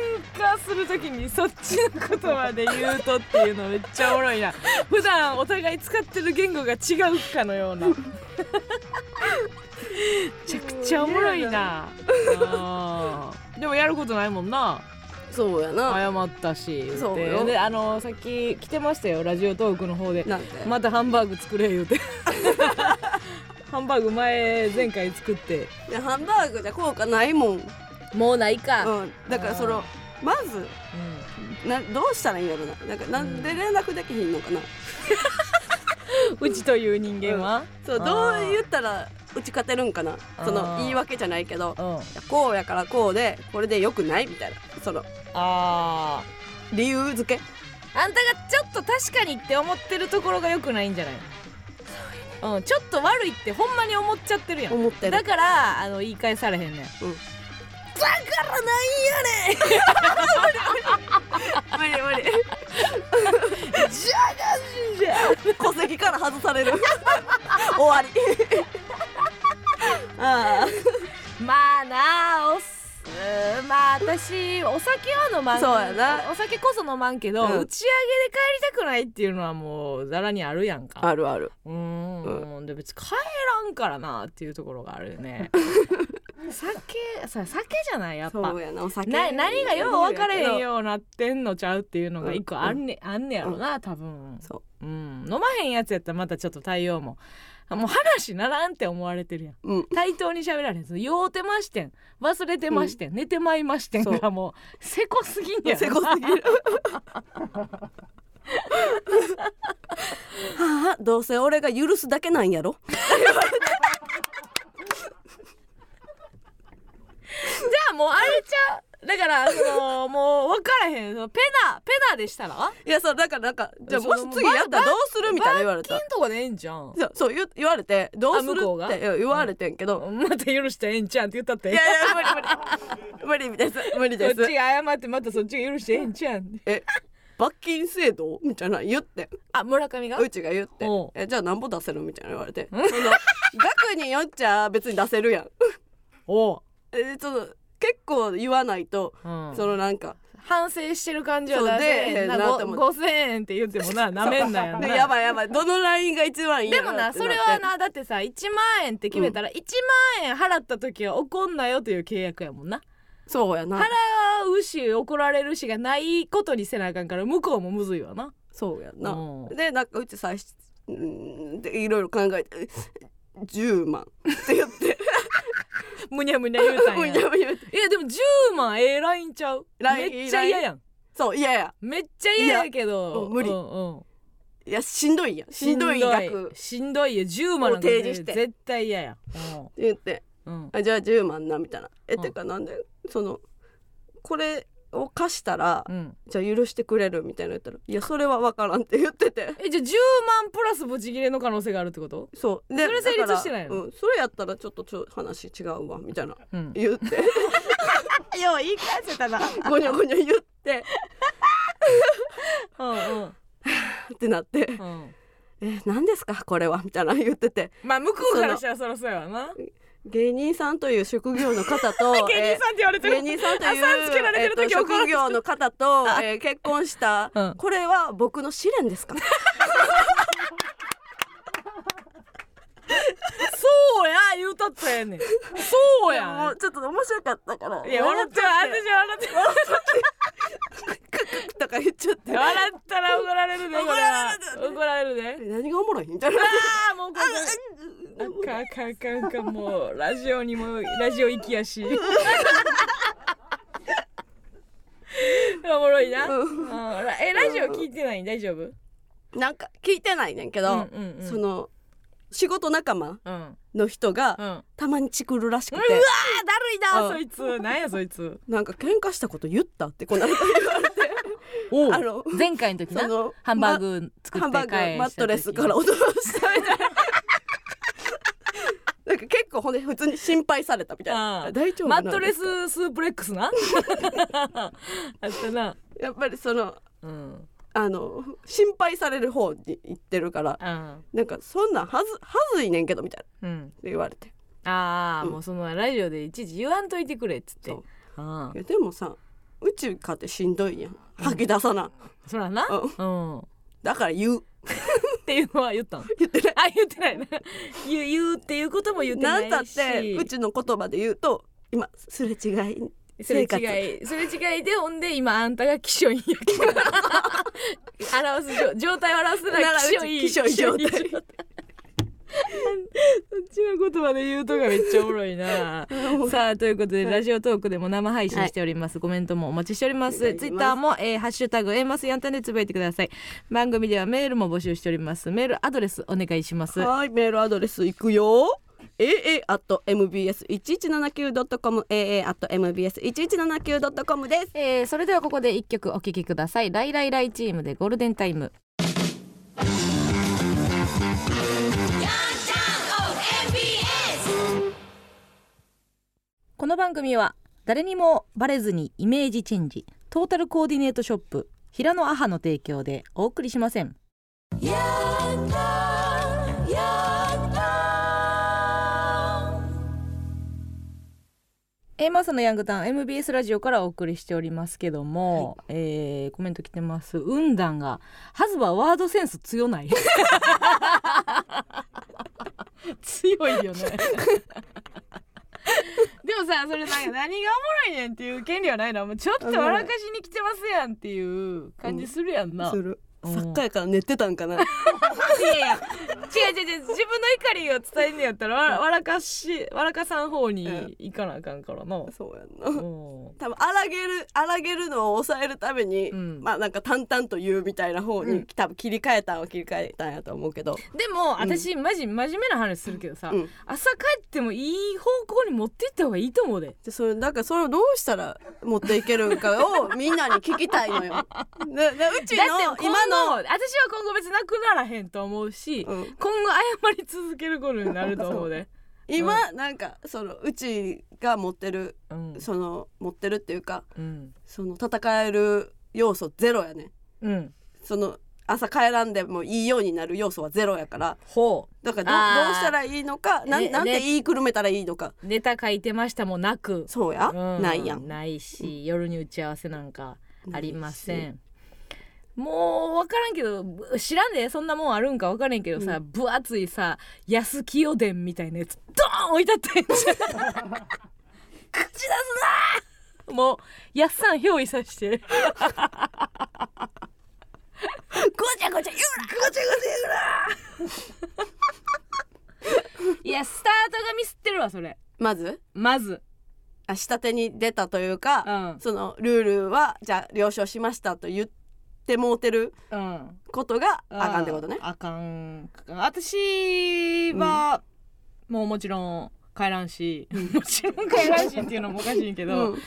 B: 嘩するときにそっちの言葉で言うとっていうのめっちゃおもろい な普段お互い使ってる言語が違うかのよう なめちゃくちゃおもろいなあーでもやることないもんな
A: そうやな
B: 謝ったし言って
A: そうよ
B: であのさっき来てましたよラジオトークの方で
A: なんて、
B: またハンバーグ作れ言うて ハンバーグ前前回作って
A: いやハンバーグじゃ効果ないもん、うん、
B: もうないか、
A: だからそのまずなどうしたらいいんやろななんかなんで連絡できひんのかな、
B: うちという人間は、
A: そうどう言ったら打ち勝てるんかな
B: あー
A: その言い訳じゃないけど
B: うん、あ
A: いやこうやからこうでこれでよくないみたいなその
B: あ
A: 理由付け
B: ーあんたがちょっと確かにって思ってるところが良くないんじゃないうん、ちょっと悪いってほんまに思っちゃってるやん
A: 思ってる
B: だからあの言い返されへんねん
A: 無理無理じゃがじゃ 戸籍から外される 終わ りあ
B: まあなあおっすまあ私お酒は飲まん
A: そうやな
B: お酒こそ飲まんけど、
A: うん
B: 打ち上げで帰りたくないっていうのはもうざらにあるやんか
A: ああるある
B: うーん、で別に帰らんからなっていうところがある よね酒さ酒じゃないやっぱ
A: そうやなお酒
B: な何がよう分かれへんようなってんのちゃうっていうのが
A: うん
B: 一個あんね,、あんねやろな多分、
A: そう
B: ん、飲まへんやつやったらまたちょっと対応ももう話ならんって思われてるやん
A: うん
B: 対等に喋られず「酔うてましてん忘れてましてん、寝てまいましてん」
A: そう
B: がもうせこすぎんやろ
A: せこすぎ るはあどうせ俺が許すだけなんやろ
B: じゃあもうあれちゃうだからそのもう分からへんそのペナペナでしたら
A: いやそうだからなんかじゃあ
B: その
A: もし次やったらどうするみたいな言われた
B: 罰金とかでええんじゃん
A: そうそう言う言われてどうする
B: あ向こう
A: っ
B: が
A: ていや言われてんけど、
B: また許してええんちゃうんって言ったって
A: いやい や無理無理無理です 無理
B: こ
A: で
B: っ
A: す
B: ちが謝ってまたそっちが許してええんちゃうん
A: え罰金制度みたいなの言って
B: あ村上が
A: うちが言って
B: おう
A: えじゃあ何ぼ出せるみたいなの言われてその額によっちゃ別に出せるやん
B: おう、
A: えその結構言わないと、
B: うん
A: そのなんか
B: 反省してる感じは
A: そう
B: 出せへんな
A: 出えへんなって思う
B: 5000円って言ってもななめんなよ
A: で
B: な
A: やばいやばいどのラインが一番いいん
B: で
A: やろ
B: も
A: う
B: な
A: って
B: そ
A: っ
B: れ
A: て
B: はなだってさ1万円って決めたら1万円払った時は怒んなよという契約やもんな
A: そうやな
B: 払うし怒られるしがないことにせなあかんから向こうもむずいわな
A: そうやな、
B: うん
A: でなんかうち最初うんでいろいろ考えて「10万」って言 って
B: むにゃむにゃ言うた ん
A: む
B: や
A: にゃむにゃ
B: いやでも10万ええラインちゃう
A: ライン
B: めっちゃ嫌やん
A: そういやいや
B: めっちゃ嫌やけ
A: いや
B: ど
A: うん無理
B: うんうん
A: いやしんどいやんしんどい額
B: しんどいよ10万なんか
A: を提示して
B: 絶対嫌や
A: 言って
B: うんうん
A: あじゃあ10万なみたいなえ、
B: うん
A: てかなんでそのこれを貸したら、
B: うん
A: じゃあ許してくれるみたいなの言ったらいやそれは分からんって言ってて
B: えじゃあ10万プラスブチギレの可能性があるってこと
A: そうで
B: それ成立
A: だから
B: してないの
A: うん、それやったらちょっとちょ話違うわみたいな
B: うん
A: 言って
B: よう言い返せたな
A: ごにゃごにゃ言って
B: うんうん
A: ってなって
B: うん
A: 「え何ですかこれは」みたいなの言ってて
B: まあ向こうからしたらそらそうやわな
A: 芸人さんという職業の方と
B: 芸人さんって言われ
A: えー
B: て
A: 芸
B: る
A: 人さんという
B: あさんつけられてる時
A: えっと
B: 怒られ
A: 職
B: て
A: 業の方と、えー結婚した、
B: うん
A: これは僕の試練ですか
B: そうや言うたったやねんそう
A: も
B: や
A: うちょっと面白かったから
B: いや笑っちゃう私笑っちゃ
A: クッとか言っちゃって
B: う笑ったら怒られるでこれは怒られるで
A: 何がおもろいみたいな
B: ああもうこれあかんあかんあかんあかんもうラジオにもラジオ行きや しおもろいな、
A: う
B: うん、らえラジオ聞いてない大丈夫うん
A: なんか聞いてないねんけど、
B: うんうん
A: その仕事仲間
B: うんうん
A: の人が、
B: うわ
A: たまにチクるらしくて
B: ーだるいな、
A: うん
B: そいつなんやそいつ
A: なんか喧嘩したこと言ったってこの間言われて
B: お
A: あの
B: 前回の時
A: その
B: ハンバ
A: ま
B: ーグ作って帰した時
A: ハンバーグマットレスから落としたみたいななんか結構ほんで普通に心配されたみたい
B: あ
A: な
B: ー
A: 大丈夫
B: マ
A: なん
B: ット
A: で
B: レ
A: すか
B: ススープレック スなあったな
A: やっぱりその
B: うん
A: あの心配される方に行ってるから
B: うん
A: なんかそんなんはずはずいねんけどみたいなっ
B: うん
A: て言われて
B: ああ、
A: うん
B: もうそのラジオでいちいち言わんといてくれっつって
A: そう
B: あ
A: いやでもさ宇宙かってしんどいやん吐き出さな、
B: そらな
A: うん
B: うんっ
A: だから言う
B: ていうのは言ったの
A: 言ってない
B: あ言ってないな 言う言うっていうことも言ってないし
A: んたって宇宙の言葉で言うと今すれ違い
B: それ
A: 生活
B: 違いそれ違いでほんで今あんたが気象いいや けど表す状状態を表すなら気象いい
A: 気象いい状態
B: 気象いい状態そっちの言葉で言うとがめっちゃおもろ いなさあということで、ラジオトークでも生配信しております、コメントもお待ちしておりま
A: お願い
B: す
A: します
B: ツイッターも、えーハッシュタグエンマスヤンタンでつぶやいてください番組ではメールも募集しておりますメールアドレスお願いします
A: はいメールアドレスいくよ aa at mbs 一一七九ドットコム aa at mbs 一一七九ドットコムです。
B: えーそれではここで一曲お聴きくださいライライライチームでゴールデンタイムこの番組は誰にもバレずにイメージチェンジトータルコーディネートショップ平野アハの提供でお送りしませんえー、マサのヤングタウン MBS ラジオからお送りしておりますけども、えーコメント来てますうんだんがハズバワードセンス強ない強いよね でもさそれなんか何がおもろいねんっていう権利はないなもうちょっと笑かしに来てますやんっていう感じするやんな、
A: する。
B: うん
A: サッカーやから寝てたんかな。
B: いやいや違う違う違う自分の怒りを伝えんねやったらわ笑かし笑かさん方に行かなあかんからな、
A: そうやんな。
B: うん
A: 多分荒げる荒げるのを抑えるために、
B: うん
A: まあなんか淡々と言うみたいな方に、
B: うん
A: 多分切り替えたんは切り替えたんやと思うけど。
B: でも私マジ真面目な話するけどさ、
A: うん。
B: 朝帰ってもいい方向に持っていった方がいいと思うで
A: でそれだからそれをどうしたら持っていけるんかをみんなに聞きたいのよ。ででうち
B: だ
A: の
B: って今
A: 今
B: の
A: の。
B: 私は今後別になくならへんと思うし、
A: うん
B: 今後謝り続けることになると思うで、
A: 今、なんかそのうちが持ってる
B: うん
A: その持ってるっていうか
B: うん
A: その戦える要素ゼロやね
B: うん、
A: その朝帰らんでもいいようになる要素はゼロやから
B: ほ
A: だからど
B: あー
A: どうしたらいいのかな,、
B: ね
A: んなんて
B: ね
A: 言いくるめたらいいのか
B: うネタ書いてましたもなく
A: そうや、
B: うん
A: ないやん
B: ないし夜に打ち合わせなんかありませんもう分からんけどぶ知らんでそんなもんあるんか分からんけどさ、分厚いさ安清伝みたいなやつドーン置いたってん じゃん口出すなもうやっさん憑依さして
A: ごちゃごちゃ言うなごちゃごちゃ言うない
B: やスタートがミスってるわそれ
A: まず
B: まず
A: あ下手に出たというか、
B: うん
A: そのルールはじゃあ了承しましたと言ってもうてる
B: うん
A: ことがあかんってことね。
B: あかん私は、もうもちろん帰らんし、 もちろん帰らんしっていうのもおかしいけ
A: う
B: ど、
A: ん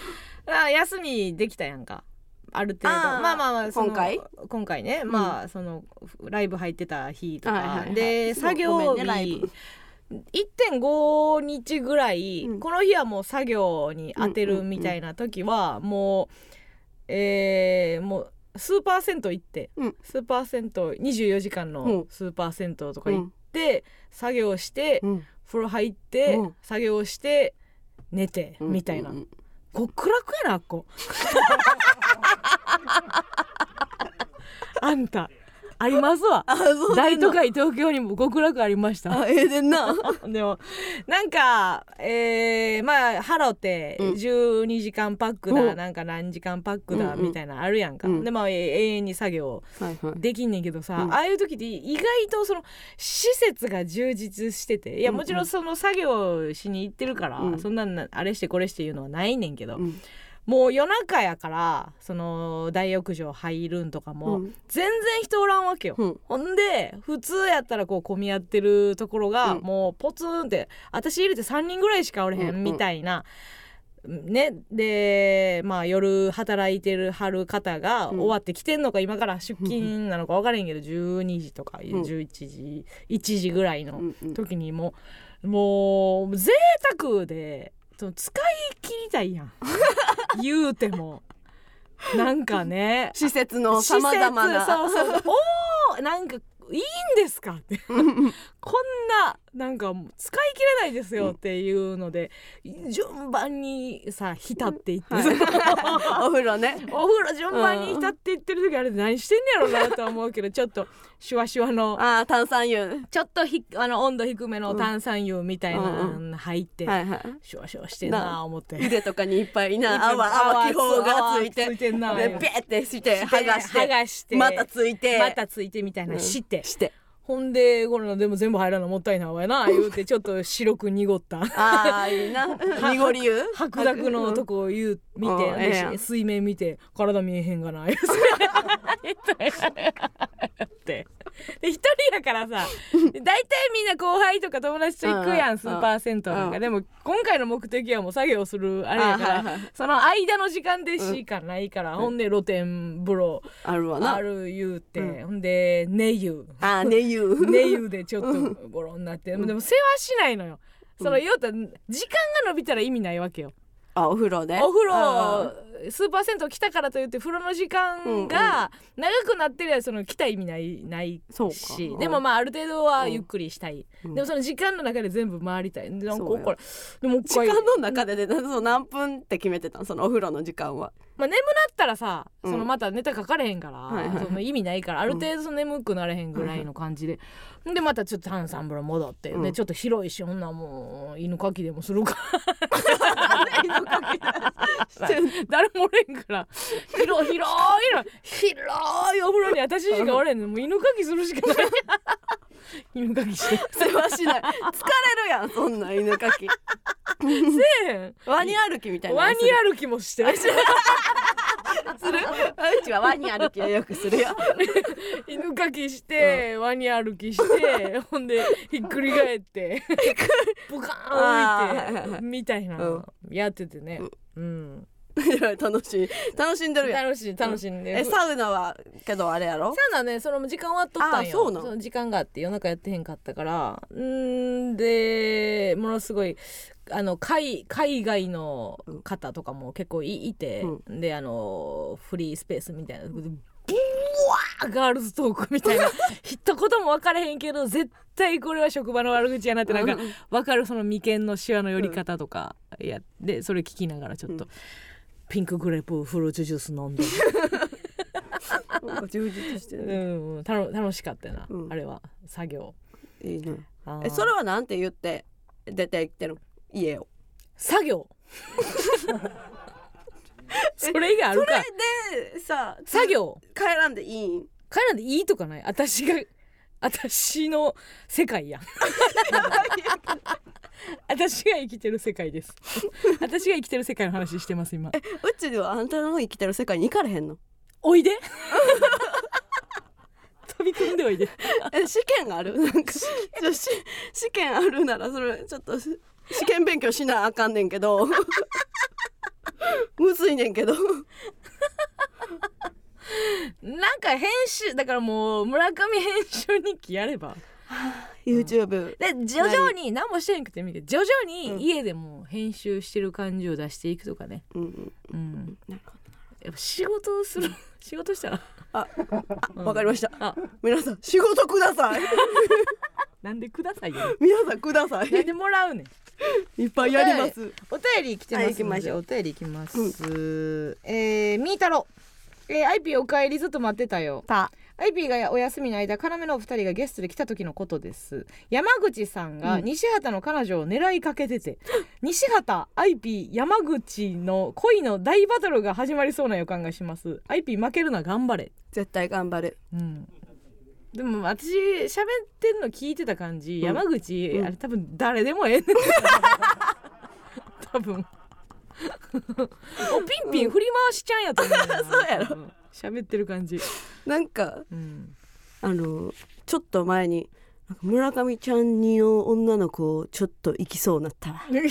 B: あ休みできたやんかある程度
A: あー
B: まあまあまあその
A: 今回
B: 今回ね、
A: ん
B: まあそのライブ入ってた日とか、
A: はいはいはい
B: で
A: そう
B: 作業
A: ご
B: 日、
A: めんねライブ
B: 1.5日ぐらい、
A: うん
B: この日はもう作業に当てるみたいな時は、もうえーもうスーパー銭湯行って、
A: うん
B: スーパー銭湯24時間のスーパー銭湯とか
A: う
B: 行っ
A: ん
B: て、作業して、
A: うん
B: 風呂入って、
A: うん
B: 作業して寝て、みたいな、
A: うんうん
B: 極楽やなあっこ あんたありますわ
A: あそう
B: 大都会東京にも極楽ありました
A: あええでんな
B: でもなんかえー、まあハロって
A: うん
B: 12時間パックだ、
A: うん
B: なんか何時間パック
A: う
B: だ
A: んうん
B: みたいなあるやんか、
A: うん
B: でまあえー永遠に作業
A: はいはい
B: できんねんけどさ、
A: うん
B: ああいう時って意外とその施設が充実してていや
A: うんうん
B: もちろんその作業しに行ってるから、
A: うん
B: そんなんなあれしてこれして言うのはないねんけど、
A: うん
B: もう夜中やからその大浴場入るんとかも、
A: うん
B: 全然人おらんわけよ。
A: うん
B: ほんで普通やったらこう混み合ってるところが、
A: うん
B: もうポツンって私入れて3人ぐらいしかおれへ
A: うん
B: ん
A: うん
B: みたいな、ねでまあ夜働いてるはる方が
A: うん
B: 終わってきてんのか、今から出勤なのか分からへんけど12時とか
A: うん
B: 11時、1時ぐらいの
A: うんうん
B: 時にもうもう贅沢でその使い切りたいや ん言うてもなんかね
A: 施設のさまざまな
B: 施設そうそうおーなんかいいんです かって
A: うんうん
B: こんななんかもう使い切れないですよっていうので、順番にさ浸っていって、
A: はい お風呂ね
B: お風呂順番に浸っていってる時あれ何してんねやろなとは思うけどちょっとシュワシュワの
A: ああ炭酸湯は
B: ちょっとひあの温度低めの炭酸湯みたいなの入って、
A: いはい
B: シュワシュワしてんなあ思って。
A: 腕とかにいっぱいな 泡泡気泡がついて
B: 泡
A: で
B: ついてんな
A: ペッてして剥がして
B: 剥がして
A: またついて
B: またついてみたいなして、
A: して
B: ほんでこれでも全部入らなもったいないわやな言うてちょっと白く濁った
A: ああいいな濁り湯
B: 白濁のとこを言う見て、
A: うんええやん
B: で水面見て体見えへんがな言うてで一人やからさ大体みんな後輩とか友達と行くや
A: うん
B: んスーパー銭湯なん
A: う
B: か
A: ん
B: でも今回の目的はもう作業するあれやか
A: あはいは
B: ら
A: い
B: その間の時間でしかないから、ほんで露天風呂
A: あるわな
B: ある言うて、
A: う
B: ほんで寝湯
A: ああね湯
B: 寝湯でちょっとゴロにな って、でも世話しないのよ。その言うたら時間が伸びたら意味ないわけよ。
A: あお風呂ね
B: お風
A: あ
B: 呂スーパー銭湯来たからといって風呂の時間が長くなってりゃその来た意味ないない
A: そうか
B: しでもまあある程度はゆっくりしたい、
A: うん
B: でもその時間の中で全部回りたいなんか
A: そうや
B: これでもう一
A: 時
B: 回
A: 間の中でねそう何分って決めてたのそのお風呂の時間は
B: まあ、眠なったらさ、
A: うん
B: そのまたネタ書かれへんから、
A: はいはい
B: その意味ないからある程度その眠くなれへんぐらいの感じで、でまたちょっと炭酸風呂戻って、
A: うん
B: でちょっと広いしほんなんもう犬かきでもするか 誰もおれんから広広いの広いお風呂に私しかおれんのもう犬かきするし かない犬かきして
A: 世話しない疲れるやんそんな犬かき
B: せえへん
A: ワニ歩きみたいな
B: ワニ
A: する
B: 歩きもしてる
A: するうちはワニ歩きはよくするよ
B: 犬かきして、ワニ歩 きしてほんでひっくり返ってブカ
A: あーはい
B: ーン
A: はいは
B: 浮いてみたいな、やっててね、うん、
A: 楽しい楽しんでるやん
B: 楽しい楽しんで、
A: え
B: さ
A: サウナはけどあれやろ
B: サウナねその時間終わっとった
A: あ
B: んよ
A: ーそうなん
B: の時間があって夜中やってへんかったからうーんでものすごいあの海海外の方とかも結構いいて、であのフリースペースみたいなとこでガールズトーク みたいな一言も分からへんけど絶対これは職場の悪口やなってなんか
A: うん
B: 分かるその眉間のシワの寄り方とかやってそれ聞きながらちょっと、ピンクグレープフルーツジュース飲んで、
A: 充実して
B: う
A: る
B: んうん、たの楽しかったよな、
A: うん
B: あれは作業
A: いいね
B: あー
A: えそれはなんて言って出て行ってるの家を
B: 作 業それ以外あるか
A: でさ
B: 作業
A: 帰らんでいいん
B: 彼らでいいとかない私が私の世界 やん私が生きてる世界 です私が生きてる世界の話してます今
A: うちではあんたの生きてる世界に行かれへんの
B: おいで 飛び込んでおいで
A: え試験があるなんかちょし試験あるならそれちょっとし試験勉強しなあかんねんけ どむずいねんけど
B: なんか編集だからもう村上編集日記やれば
A: YouTube
B: で徐々に何もしてなくてもいいけど徐々に家でも編集してる感じを出していくとかね
A: うんうん
B: うん
A: なるほ
B: やっぱ仕事をする仕事したら
A: ああわかりました
B: あ
A: 皆さん仕事くだ さい
B: なんでくださいよ
A: 皆さんください
B: なんでもらうねん
A: いっぱいやります
B: お便り来てま
A: は
B: すの
A: い行きまし
B: で
A: ょう
B: お便りいきます、えー、みーたろうえー、アイピーお帰りずっと待ってたよ
A: た
B: アイピーがお休みの間要のお二人がゲストで来た時のことです山口さんが
A: うん
B: 西畑の彼女を狙いかけてて、 西畑アイピー山口の恋の大バトルが始まりそうな予感がしますアイピー負けるのは頑張れ
A: 絶対頑張る
B: うんでも私喋ってんの聞いてた感じ、山口、
A: うん
B: あれ多分誰でもええねん 多分 おピンピン振り回しちゃんやと思う な、
A: そうやろ
B: ん喋ってる感じ、
A: なんか
B: うん、
A: あのちょっと前になんか村上ちゃんにの女の子ちょっと行きそうなったわ 言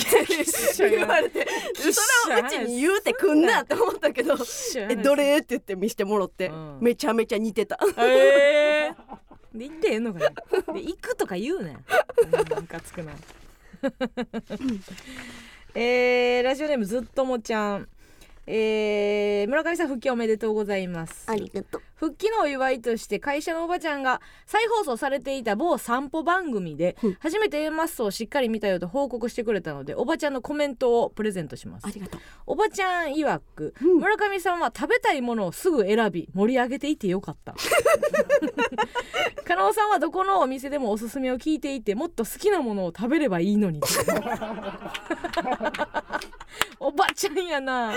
A: われてそれをうちに言うてくんなって思ったけど「えどれ?」って言って見してもろって、
B: うん
A: めちゃめちゃ似てた
B: えー、で行ってええのかなで行くとか言うなようんムカつくな えー、ラジオネームずっともちゃんえー、村上さん復帰おめでとうございます
A: がとう
B: 復帰のお祝いとして会社のおばちゃんが再放送されていた某散歩番組で
A: うん
B: 初めて A マッソをしっかり見たよと報告してくれたのでおばちゃんのコメントをプレゼントします
A: ありがとう
B: おばちゃん曰く、
A: うん
B: 村上さんは食べたいものをすぐ選び盛り上げていてよかった 加納さんはどこのお店でもおすすめを聞いていてもっと好きなものを食べればいいのに おばちゃんやな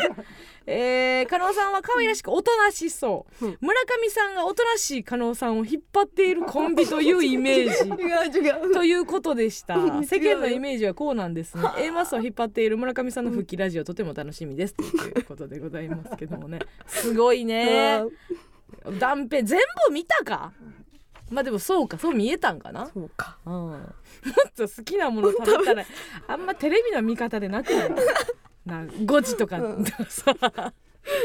B: えー、加納さんは可愛らしくおとなしそう、
A: うん
B: 村上さんがおとなしい加納さんを引っ張っているコンビというイメージ
A: 違う 違う
B: ということでした
A: うん違うよ
B: 世間のイメージはこうなんですね A マスを引っ張っている村上さんの復帰ラジオとても楽し みですということでございますけどもねすごいね
A: あー
B: 断片全部見たかまあでもそうかそう見えたんかな
A: そうか
B: うん、もっと好きなもの食べたらあんまテレビの見方でなく ないな5時とか、
A: うん
B: さ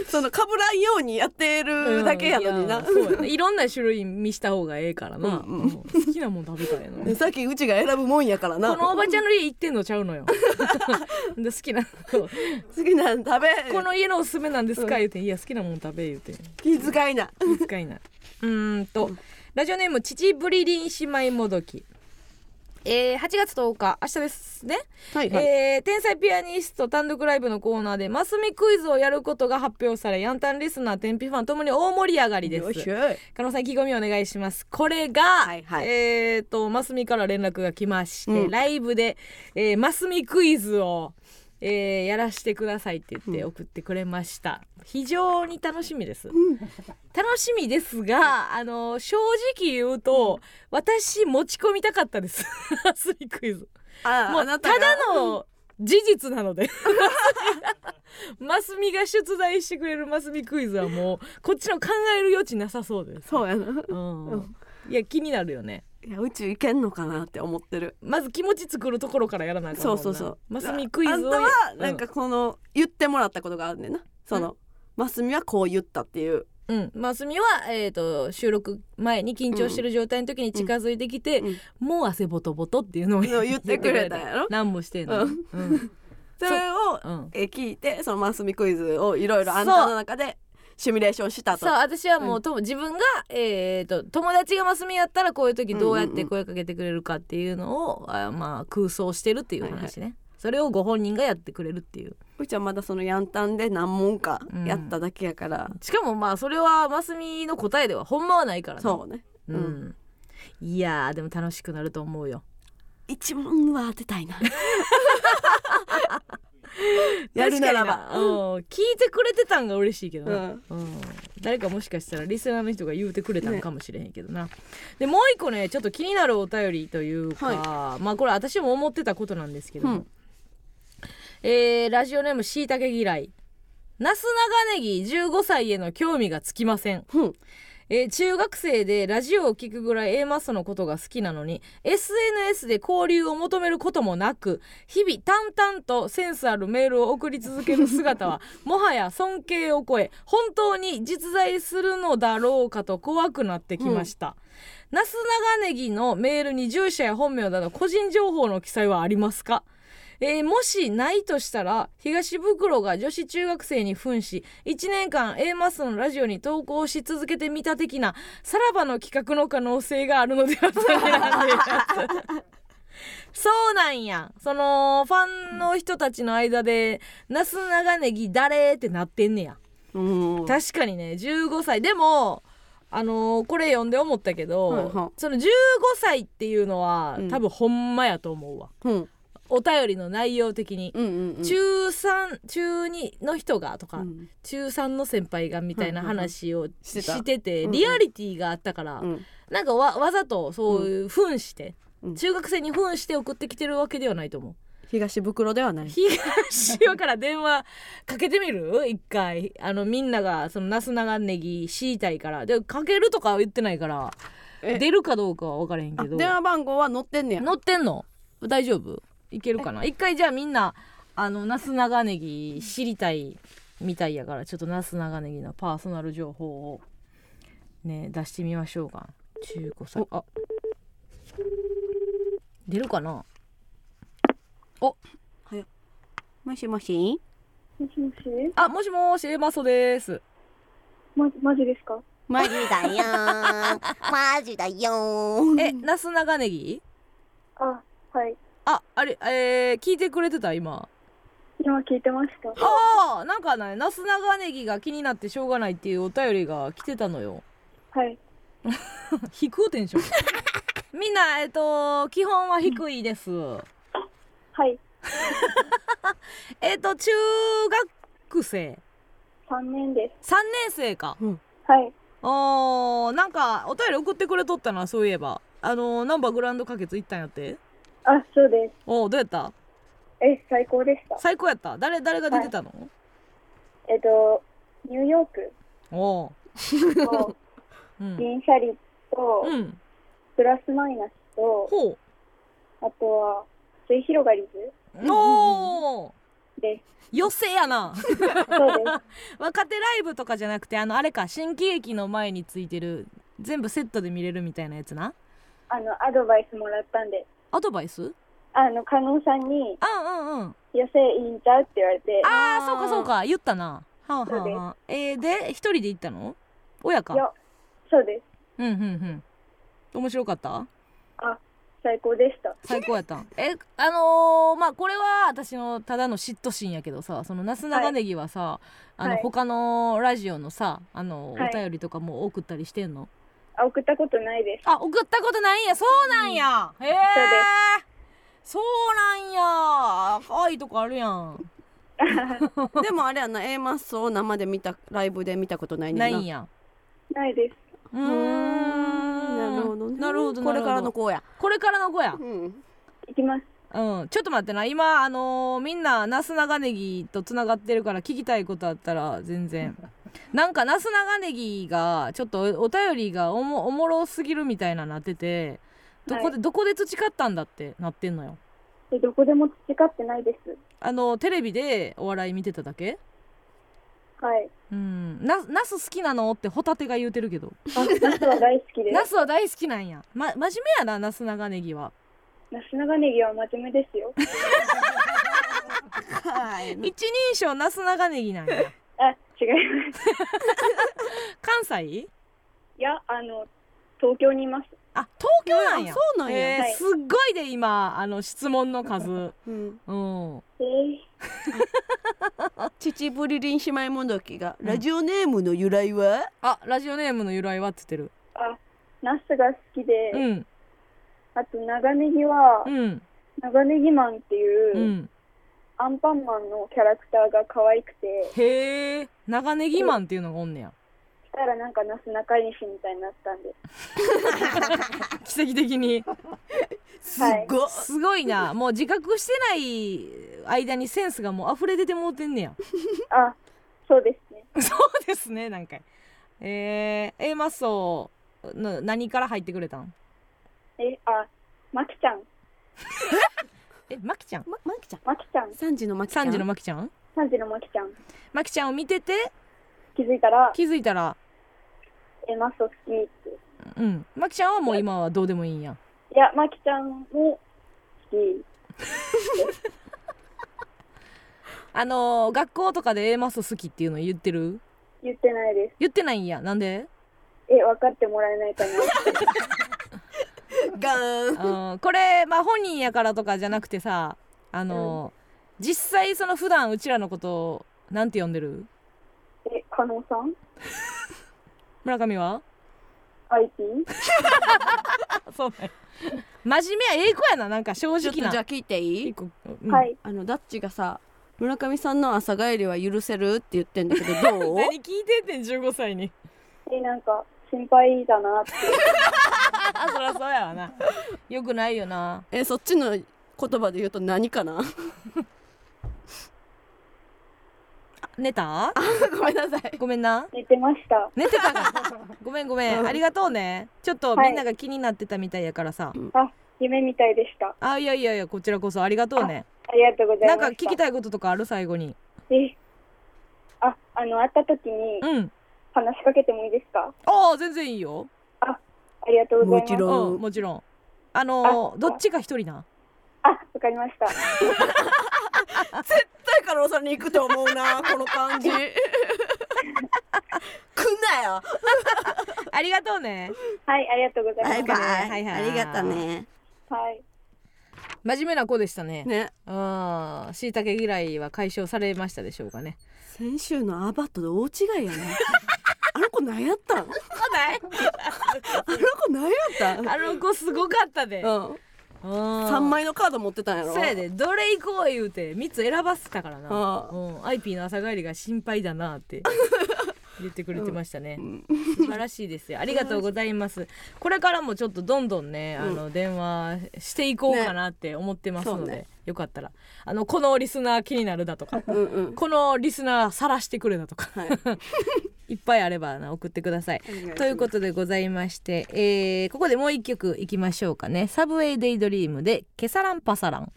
A: そのかぶらんようにやってるだけやのにな、
B: うんいやそうやないろんな種類見した方がええからな、
A: うんうん
B: うん好きなもの食べたらええのに
A: さっきうちが選ぶもんやからな
B: このおばちゃんの家行ってんのちゃう のよで好きなこ
A: 好きなん食べ
B: の家のおすすめなんですか言うて「いや好きなもん食べ」言うて
A: 気遣いな
B: 気遣 いないうーんとラジオネーム「父ぶりりん姉妹もどき」えー、8月10日明日ですね、
A: はい
B: えー天才ピアニスト単独ライブのコーナーでマスミクイズをやることが発表されヤンタンリスナー天日ファンともに大盛り上がりで
A: よいし
B: す
A: ょ
B: 加納さん意気込みお願いしますこれが、
A: いはい
B: えー、とマスミから連絡が来まして、
A: うん
B: ライブで、えー、マスミクイズを、えーやらしてくださいって言って
A: うん
B: 送ってくれました、非常に楽しみです
A: うん
B: 楽しみですがあの正直言うと、私持ち込みたかったです マスミクイズ
A: あ
B: も
A: あ
B: うた
A: な
B: だ
A: たが
B: の事実な のでマスミが出題してくれるマスミクイズはもうこっちの考える余地なさそうです
A: そうやな
B: うん
A: うん
B: いや気になるよね
A: いや宇宙行けんのかなって思ってる
B: まず気持ち作るところからやらなあかん
A: そう
B: もんな
A: そうそう
B: マスミクイズを
A: あんたはなんかこの言ってもらったことがあるねんなそのマスミはこう言ったっていう
B: うん、マスミは、えー、と収録前に緊張してる状態の時に近づいてきて、
A: うん
B: もう汗ボトボトっていうのを
A: の言ってくれたんやろ
B: 何もしてんのにうん
A: それを
B: うん
A: え聞いてそのマスミクイズをいろいろあんたの中でシミュレーションしたと
B: そう私はもう、とも自分が、えー、と友達がマスミやったらこういう時どうやって声かけてくれるかっていうのを、あまあ、空想してるっていう話ね、それをご本人がやってくれるっていう
A: うちはまだそのヤンタンで何問かやっただけやから
B: しかもまあそれはマスミの答えではほんまはないからね
A: そうね
B: う
A: うんん、
B: いやーでも楽しくなると思うよ
A: 一問は当てたいな やるなら
B: 確
A: ば
B: かになうん、聞いてくれてたんが嬉しいけ
A: う
B: どな、
A: ん
B: うん誰かもしかしたらリスナーの人が言うてくれたんかもしれへんけどな、でもう一個ねちょっと気になるお便りというか、まあこれ私も思ってたことなんですけども、
A: うん
B: えーラジオネームしいたけ嫌いナス長ネギ15歳への興味がつきません
A: うん
B: えー中学生でラジオを聞くぐらい A マッソのことが好きなのに SNS で交流を求めることもなく日々淡々とセンスあるメールを送り続ける姿はもはや尊敬を超え本当に実在するのだろうかと怖くなってきました、ナス長ネギのメールに住所や本名など個人情報の記載はありますかえーもしないとしたら東袋が女子中学生に扮し1年間 A マスのラジオに投稿し続けてみた的なさらばの企画の可能性があるのではと選んでいますそうなんやそのファンの人たちの間で「なす長ネギ誰?」ってなってんねや
A: うん
B: 確かにね15歳でもあのーこれ読んで思ったけど、
A: はいはい
B: その15歳っていうのは、
A: うん
B: 多分ほんまやと思うわ
A: うん
B: お便りの内容的に、
A: うんうんうん
B: 中3中2の人がとか、
A: うん
B: 中3の先輩がみたいな話を
A: してた
B: してて、
A: うんうん
B: リアリティがあったから、
A: うん
B: なんかわわざとそういう扮して、
A: うん
B: 中学生に扮して送ってきてるわけではないと思う
A: 東袋ではない
B: 東岩から電話かけてみる一回あのみんながそのなす長ネギ敷いたいからでかけるとかは言ってないから
A: え
B: 出るかどうかは分からへん
A: あ
B: けど
A: 電話番号は載ってんねや
B: 乗ってんの大丈夫いけるかな一回じゃあみんなあのなす長ネギ知りたいみたいやからちょっとなす長ネギのパーソナル情報をね出してみましょうか15歳あ出るかな
A: もしもし
C: もしもし
B: あもしもーし A マソです
C: ま、マジですか
D: マジだよ ーマジだよー
B: え、なす長ネギ
C: あ、はい。
B: あ、あれ、えー、聞いてくれてた今。
C: 今聞いてました。
B: ああ、なんかね、なす長ネギが気になってしょうがないっていうお便りが来てたのよ。
C: はい。
B: 低いテンション。みんな、えっと、基本は低いです。
C: はい。
B: えっと、中学生。
C: 3年です。
B: 3年生か。
C: はい。
B: ああ、なんか、お便り送ってくれとったな、そういえば。あの、ナンバーグランド花月行ったんやって。
C: あ、そうで
B: おお、どうやった
C: す。え、最高でした。
B: 最高やった誰、誰が出てたの、
C: えっと、ニューヨー
B: おお。
C: クの
B: うん。
C: 銀シャリと、
B: うん。
C: プラスマイナスと、
B: ほう。
C: あとは、水広がり
B: おお
C: 図で
B: 寄せやな
C: す。そうです。
B: 若手ライブとかじゃなくてあのあれか新喜劇の前についてる全部セットで見れるみたいなやつな
C: あの、アドバイスもらったんで、
B: アドバイスうん
C: あの、加納さんに、
B: うんうん
C: 寄せいいんちゃうって言われて、
B: あ
D: あー
B: あそうかそうか言ったなはあはあはあえー、で一人で行ったの親か
C: いや、そうです。
B: うんうんうん面白かった
C: 最高でした。
B: 最高やったんえあのー、まあこれは私のただの嫉妬心やけどさそのなす長ネギはさ、あの
C: はい
B: 他のラジオのさあの
C: はい
B: お便りとかも送ったりしてんの、
C: あ、送ったことないです。
B: あ、送ったことないんや。そうなんや。へえ。そうなんや。可愛いとこあるやん。
A: でもあれやな A マッソを生で見たライブで見たことないねん
B: ないんや。
C: ないです。
B: うー
A: うーん
B: ん。
A: なるほどね
B: なるほど。
A: これからの
B: 子。
A: 子や
B: これからの子や。
A: うん
C: 行きます。
B: うん。ちょっと待ってな。今あのーみんなナス長ネギとつながってるから聞きたいことあったら 全然。なんかナス長ネギがちょっとおお便りがおもおもろすぎるみたいななってて、どこで、どこで培ったんだってなってんのよ。
C: でどこでも培ってないです。
B: あのテレビでお笑い見てただけ？
C: はい。
B: うん、なナス好きなのってホタテが言うてるけど
C: あ、ナスは大好きで
B: ナ
C: す。
B: スは大好きなんや、ま、真面目やなナス長ネギは
C: ナス長ネギは真面目ですよ。
A: はい
B: 一人称ナス長ネギなんや
C: あ、違います。
B: 関西
C: いや、あの、東京にいます。
B: あ東京なんや、
A: そうなんや
B: え
C: は
B: ー
C: い
B: すっごいで今あの質問の数
A: うん
B: うん
C: えー、
A: 秩父リリン姉妹もどきがラジオネームの由来は
B: あラジオネームの由来はっつってる
C: あ、ナスが好きで、
B: うん
C: あと長ネギは、
B: うん
C: 長ネギマンっていう、
B: うん
C: アンパンマンのキャラクターが可愛くて、
B: へえ長ネギマンっていうのがおんねや
C: したらなんかナス仲良しみたいになったんで、
B: 奇跡的に
A: すっごっ
B: すごいなもう自覚してない間にセンスがもう溢れ出てもうてんねや
C: あ、そうですね。
B: そうですねなんかえー、A マッソの何から入ってくれたん
C: え、あ、マキちゃん、
B: えマキちゃん
A: ままきちゃん
C: マキちゃん、
A: 三時のまきちゃん
B: 3時のマキちゃん
C: 3時のマキちゃん、
B: マキちゃんを見てて
C: 気づいたら、
B: 気づいたら
C: え、マスを好きって。
B: うんマキちゃんはもう今はどうでもいいんや
C: いや、マキちゃんも好き。
B: あのー学校とかで A マス好きっていうの言ってる
C: 言ってないで。
B: 言ってないんやなん です
C: え、分かってもらえな いかな。
A: ガーン
B: うんこれまあ本人やからとかじゃなくてさあの、実際その普段うちらのことをなんて呼んでる
C: え、加納さん
B: 村上は
C: ?IT?
B: そうね真面目やええ子やななんか正
A: ちょっ
B: 直
A: と
B: な
A: じゃあ聞いていい
B: 結構うん
C: はい。
A: あのダッチがさ村上さんの朝帰りは許せるって言ってんだけど どう
B: 何聞いてんねん15歳に
C: え、なんか、心配だなって。
B: あそりゃそうやわなよくないよな
A: えそっちの言葉で言うと何かな
B: 寝た
A: ごめんなさい
B: ごめんな
C: 寝てました。
B: 寝てたか ごめんごめんありがとうねちょっと
C: はい
B: みんなが気になってたみたいやからさ、
C: あ、夢みたいでした。
B: あいやいやいやこちらこそありがとうね
C: ありがとうございま
B: な
C: す。
B: んか聞きたいこととかある最後に
C: え、あ、あの、会った時に
B: うん
C: 話しかけてもいいですか
B: ああ全然いいよ
C: ありがとうございます。
A: もちろうん
B: うんもちろんあのー
C: あ
B: どっちか一人な
C: あ、わかりました。
A: 絶対カロさんに行くと思う なこの感じ来んなよ
B: ありがとうね
C: はい、ありがとうござ
A: バ
C: い
A: イ
C: ま
A: バイ、
B: はいはい
A: ありがとね
C: す。はい。
B: 真面目な子でしたね
A: ね
B: うんしいたけ嫌いは解消されましたでしょうかね
A: 先週のアバットと大違いやねあの子何やったんあの子何やったん
B: あの子すごかったで
A: うん、
B: 3
A: 3枚のカード持ってたんやろ
B: そうやでどれ行こう言うて3つ選ばせたからな
A: ああ
B: うん、アイピーの朝帰りが心配だなって 言ってくれてましたね、
A: ん
B: 素晴らしいですよありがとうございますこれからもちょっとどんどんね、あの電話していこうかなって思ってますので、
A: そうね
B: よかったらあのこのリスナー気になるだとか
A: うんうん
B: このリスナー晒してくれだとか
A: はい
B: いっぱいあればな送ってください
A: お願いします
B: ということでございまして、えーここでもう一曲いきましょうかねサブウェイデイドリームでケサランパサラン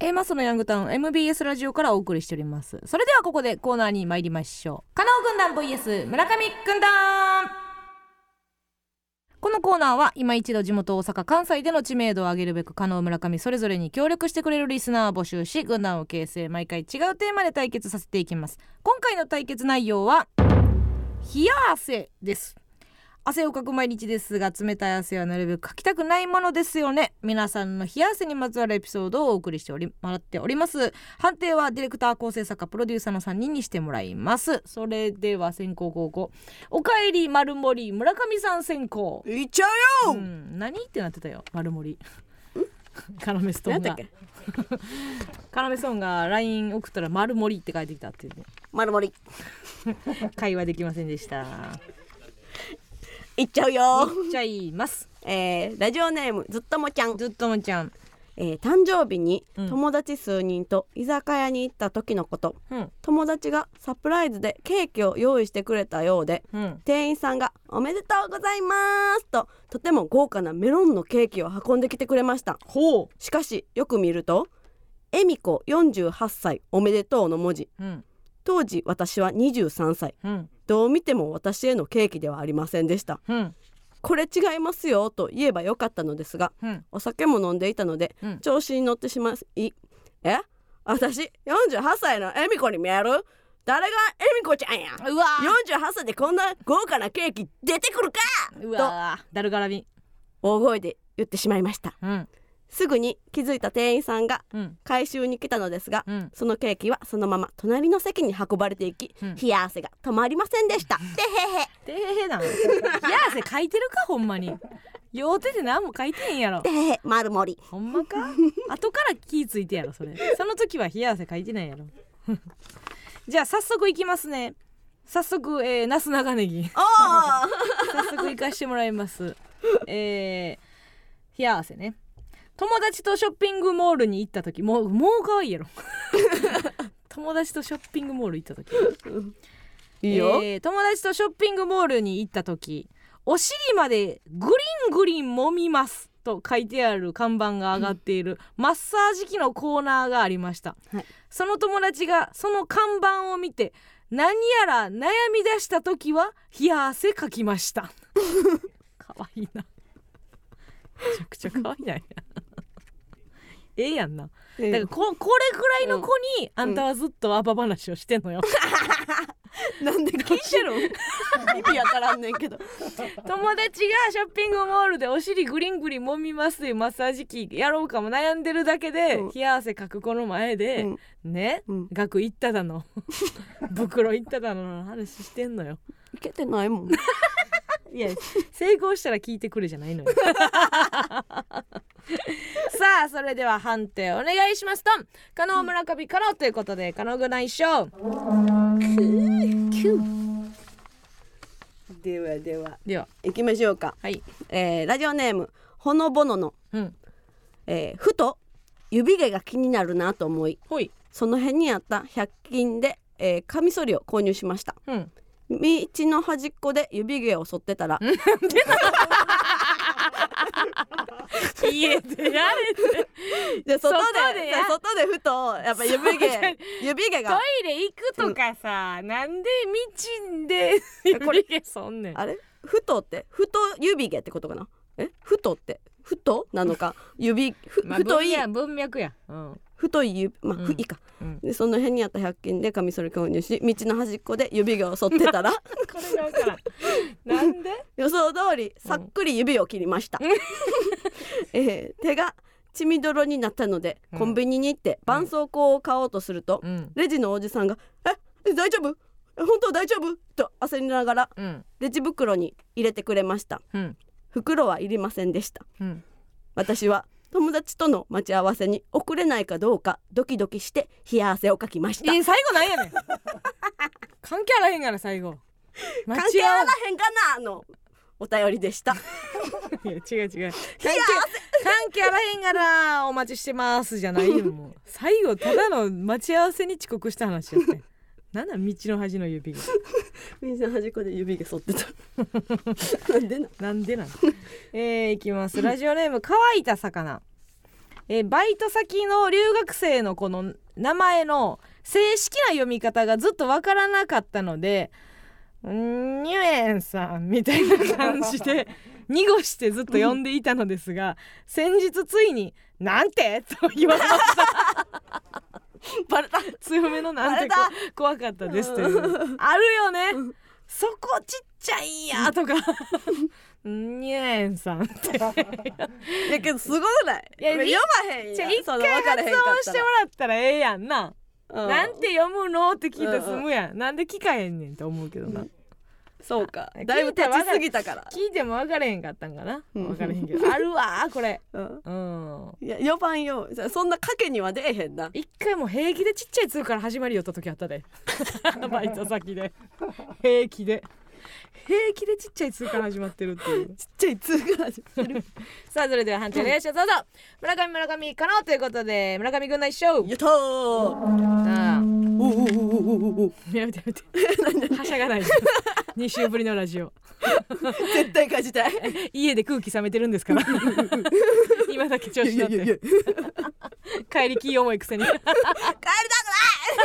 B: エマスのヤングタウン MBS ラジオからお送りしておりますそれではここでコーナーに参りましょう加納軍団 VS 村上軍団このコーナーは今一度地元大阪関西での知名度を上げるべく加納村上それぞれに協力してくれるリスナーを募集し軍団を形成毎回違うテーマで対決させていきます今回の対決内容は冷や汗です汗をかく毎日ですが冷たい汗はなるべくかきたくないものですよね皆さんの冷や汗にまつわるエピソードをお送りしておりもらっております判定はディレクター構成作家プロデューサーの3人にしてもらいますそれでは先行後攻おかえり丸森村上さん先行
A: 行っちゃうよ、
B: うん、何ってなってたよ丸森 カラメスト
A: 何
B: ーン
A: だっ
B: が
A: け
B: カラメストーンが LINE 送ったら「丸森」って書いてきたってい うね
A: 丸森
B: 会話できませんでした
A: 行っちゃう
B: 行
A: よ
B: っちゃいます
A: えーラジオネームずっともちゃん、
B: ずっともちゃん
A: えー誕生日に
B: うん
A: 友達数人と居酒屋に行った時のこと、
B: うん
A: 友達がサプライズでケーキを用意してくれたようで
B: うん
A: 店員さんが「おめでとうございます」ととても豪華なメロンのケーキを運んできてくれました
B: ほ
A: しかしよく見ると「恵美子48歳おめでとう」の文字
B: ううん
A: 当時私は23歳
B: うん
A: どう見ても私へのケーキではありませんでした
B: うん
A: これ違いますよと言えばよかったのですが
B: うん
A: お酒も飲んでいたので、
B: うん
A: 調子に乗ってしまいえ私48歳の恵美子に見える誰が恵美子ちゃんや
B: うわ
A: 48歳でこんな豪華なケーキ出てくるか
B: うわだるがらみ
A: 大声で言ってしまいました
B: うん
A: すぐに気づいた店員さんが
B: うん
A: 回収に来たのですが、
B: うん
A: そのケーキはそのまま隣の席に運ばれていき、
B: うん
A: 冷や汗が止まりませんでした。てへへ、
B: てへへな 冷や汗かいてるかほんまに両手で何も書いてへんやろ
A: てへへ、丸森。
B: ほんまか後から気ついてやろそれその時は冷や汗かいてないやろ じゃあ早速いきますね早速、えー、ナス長ネギ
A: おー
B: 早速行かしてもらいますえー、冷や汗ね友達とショッピングモールに行った時もうもう可愛いやろ友達とショッピングモール行った時
A: いいよ。
B: えー友達とショッピングモールに行った時お尻までグリングリン揉みますと書いてある看板が上がっているマッサージ機のコーナーがありました、
A: はい
B: その友達がその看板を見て何やら悩 み出した時は冷や汗かきましたかわいいなめちゃくちゃ可愛 いなええやんな
A: え
B: だからここれぐらいの子に、
A: ん
B: あんたはずっとアバ話をしてん のよ
A: なんで聞いてるん意味わからんねんけど
B: 友達がショッピングモールでお尻グリングリ揉みますというマッサージ機やろうかも悩んでるだけで、
A: うん
B: 冷や汗かく子の前で、
A: うん
B: ね、
A: うん
B: 額いった だの袋いっただのの話してんのよ
A: いけて ないもん
B: いや成功したら聞いてくるじゃないの よさあそれでは判定お願いしますとん加納村上加納ということで加納軍内賞
A: ではでは
B: では
A: 行きましょうか、
B: はい
A: えーラジオネームほのぼのの、
B: うん
A: えーふと指毛が気になるなと思い
B: ほい
A: その辺にあった100均で、えーカミソリを購入しました
B: うん
A: 道の端っこで指毛を剃ってたら
B: 家でやれて
A: で外で
B: 外でや
A: 外でふとやっぱ指毛指毛
B: ト
A: が
B: イレ行くとかさ、なんで道で指毛そんねん
A: あれふとってふと指毛ってことかなえふとってふとなの か指ふ
B: まあ
A: 太い
B: 文脈文脈や、うん、
A: 太い指まあ、
B: うん
A: ふいいか、
B: うん
A: でその辺にあった100均でカミソリ購入し道の端っこで指毛を剃ってた ら
B: これが分からんなんで
A: 予想通りさっくり指を切りました、 えー手が血みどろになったので、
B: うん
A: コンビニに行って絆創膏を買おうとすると、
B: うん
A: レジのおじさんが「ええ大丈夫え本当大丈夫?」と焦りながら
B: うん
A: レジ袋に入れてくれました
B: うん
A: 袋はいりませんでした
B: うん
A: 私は友達との待ち合わせに遅れないかどうかドキドキして冷や汗をかきました
B: えー、最後なんやねん関係あらへんから最後間
A: 関係あらへんかなのお便りでした。
B: いや違う違う関係関係あらへんからお待ちしてますじゃないよもう最後ただの待ち合わせに遅刻した話や ってんなんなん道の端の指が
A: 水の端っこで指が反ってた。 なんでな。
B: なん でなのえー、いきますラジオネーム乾いた魚えーバイト先の留学生の子の名前の正式な読み方がずっとわからなかったので「んニュエンさん」みたいな感じで濁してずっと呼んでいたのですが先日ついに「なんて?」と言われましたバレた強めの「なんてこ
A: バ
B: 怖かったです」というあるよねそこちっちゃいんやとか「んニュエンさん」って
A: やけどすごくない。
B: いや
A: これ
B: い
A: 読まへん
B: じゃ
A: やん。
B: あ一
A: そ
B: 回
A: の分かれ
B: 発音
A: へんかっ
B: したて
A: ら
B: もらったらええやんな。
A: う
B: なんて読むのって聞いたら済むやん。なんで聞かへんねんと思うけどな。
A: そうか
B: あ。
A: だいぶ立ちすぎたから。
B: 聞いても分かれへんかったんかな。
A: うん
B: 分かれへんけど。あるわーこれ。
A: うん。
B: うん。
A: いや四番よ。じゃあそんな賭けには出えへんな。
B: 一回もう平気でちっちゃい「つ」から始まりよった時あ ったでバイト先で平気で平気でちっちゃい「つ」から始まってるっていう
A: ちっちゃい通過始まってる。
B: さあそれでは判定お願いしますどうぞ村上村上かなということで村上軍内勝 負
A: やったー。お
B: さあ
A: ーおーおーおーおー
B: やめてやめて はしゃがないで二週ぶりのラジオ
A: 絶対勝ち たい。い
B: 家で空気冷めてるんですから 今だけ調
A: や
B: 子
A: い
B: 乗
A: や
B: っ
A: いやい
B: て
A: や。
B: 帰り気重いくせに
A: 帰りたくないずっとブースにいたいよ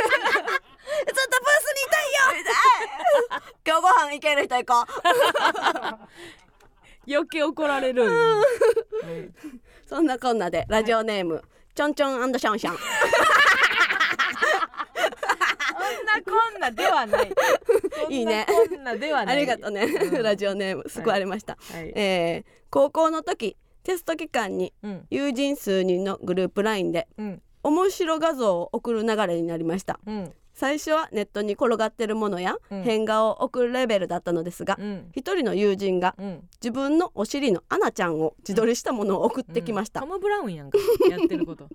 A: 今日ご飯行ける人行こう
B: 余計怒られる
A: そんなこんなでラジオネーム、ちょんちょんシャンシャン
B: そんなこんなではない
A: いいね
B: そんなこんなではな
A: あ
B: い
A: りがとうね、ラジオネーム救われました、
B: はい
A: えー高校の時テスト期間に
B: うん
A: 友人数人のグループ LINE で
B: うん
A: 面白画像を送る流れになりました
B: うん
A: 最初はネットに転がってるものや、
B: うん
A: 変顔を送るレベルだったのですが
B: うん
A: 一、人の友人が
B: うん
A: 自分のお尻のアナちゃんを自撮りしたものを送ってきました、
B: うんトム・ブラウンやんかやってること、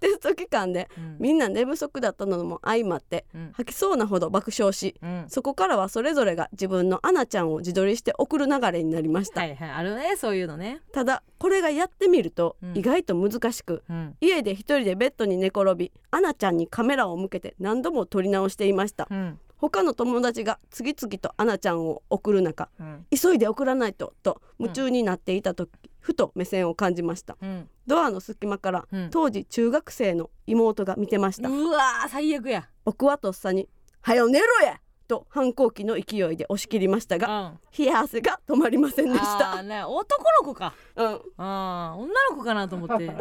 A: テスト期間で
B: うん
A: みんな寝不足だったのも相まって
B: うん
A: 吐きそうなほど爆笑し
B: うん、
A: そこからはそれぞれが自分のアナちゃんを自撮りして送る流れになりました、
B: はいはいあるねそういうのね、
A: ただこれがやってみると
B: うん
A: 意外と難しく、
B: うん
A: 家で一人でベッドに寝転びアナちゃんにカメラを向けて何度も撮り直していました
B: うん
A: 他の友達が次々とアナちゃんを送る中
B: うん
A: 急いで送らないとと夢中になっていた時、ふと目線を感じました
B: うん、
A: ドアの隙間から
B: うん
A: 当時中学生の妹が見てました
B: うわー最悪や
A: 僕はとっさに「はよ寝ろや!」と反抗期の勢いで押し切りました
B: うん、
A: が
B: あ
A: 冷や汗が止まりませんでした
B: ーね男の子か
A: うん
B: あー女の子かなと思って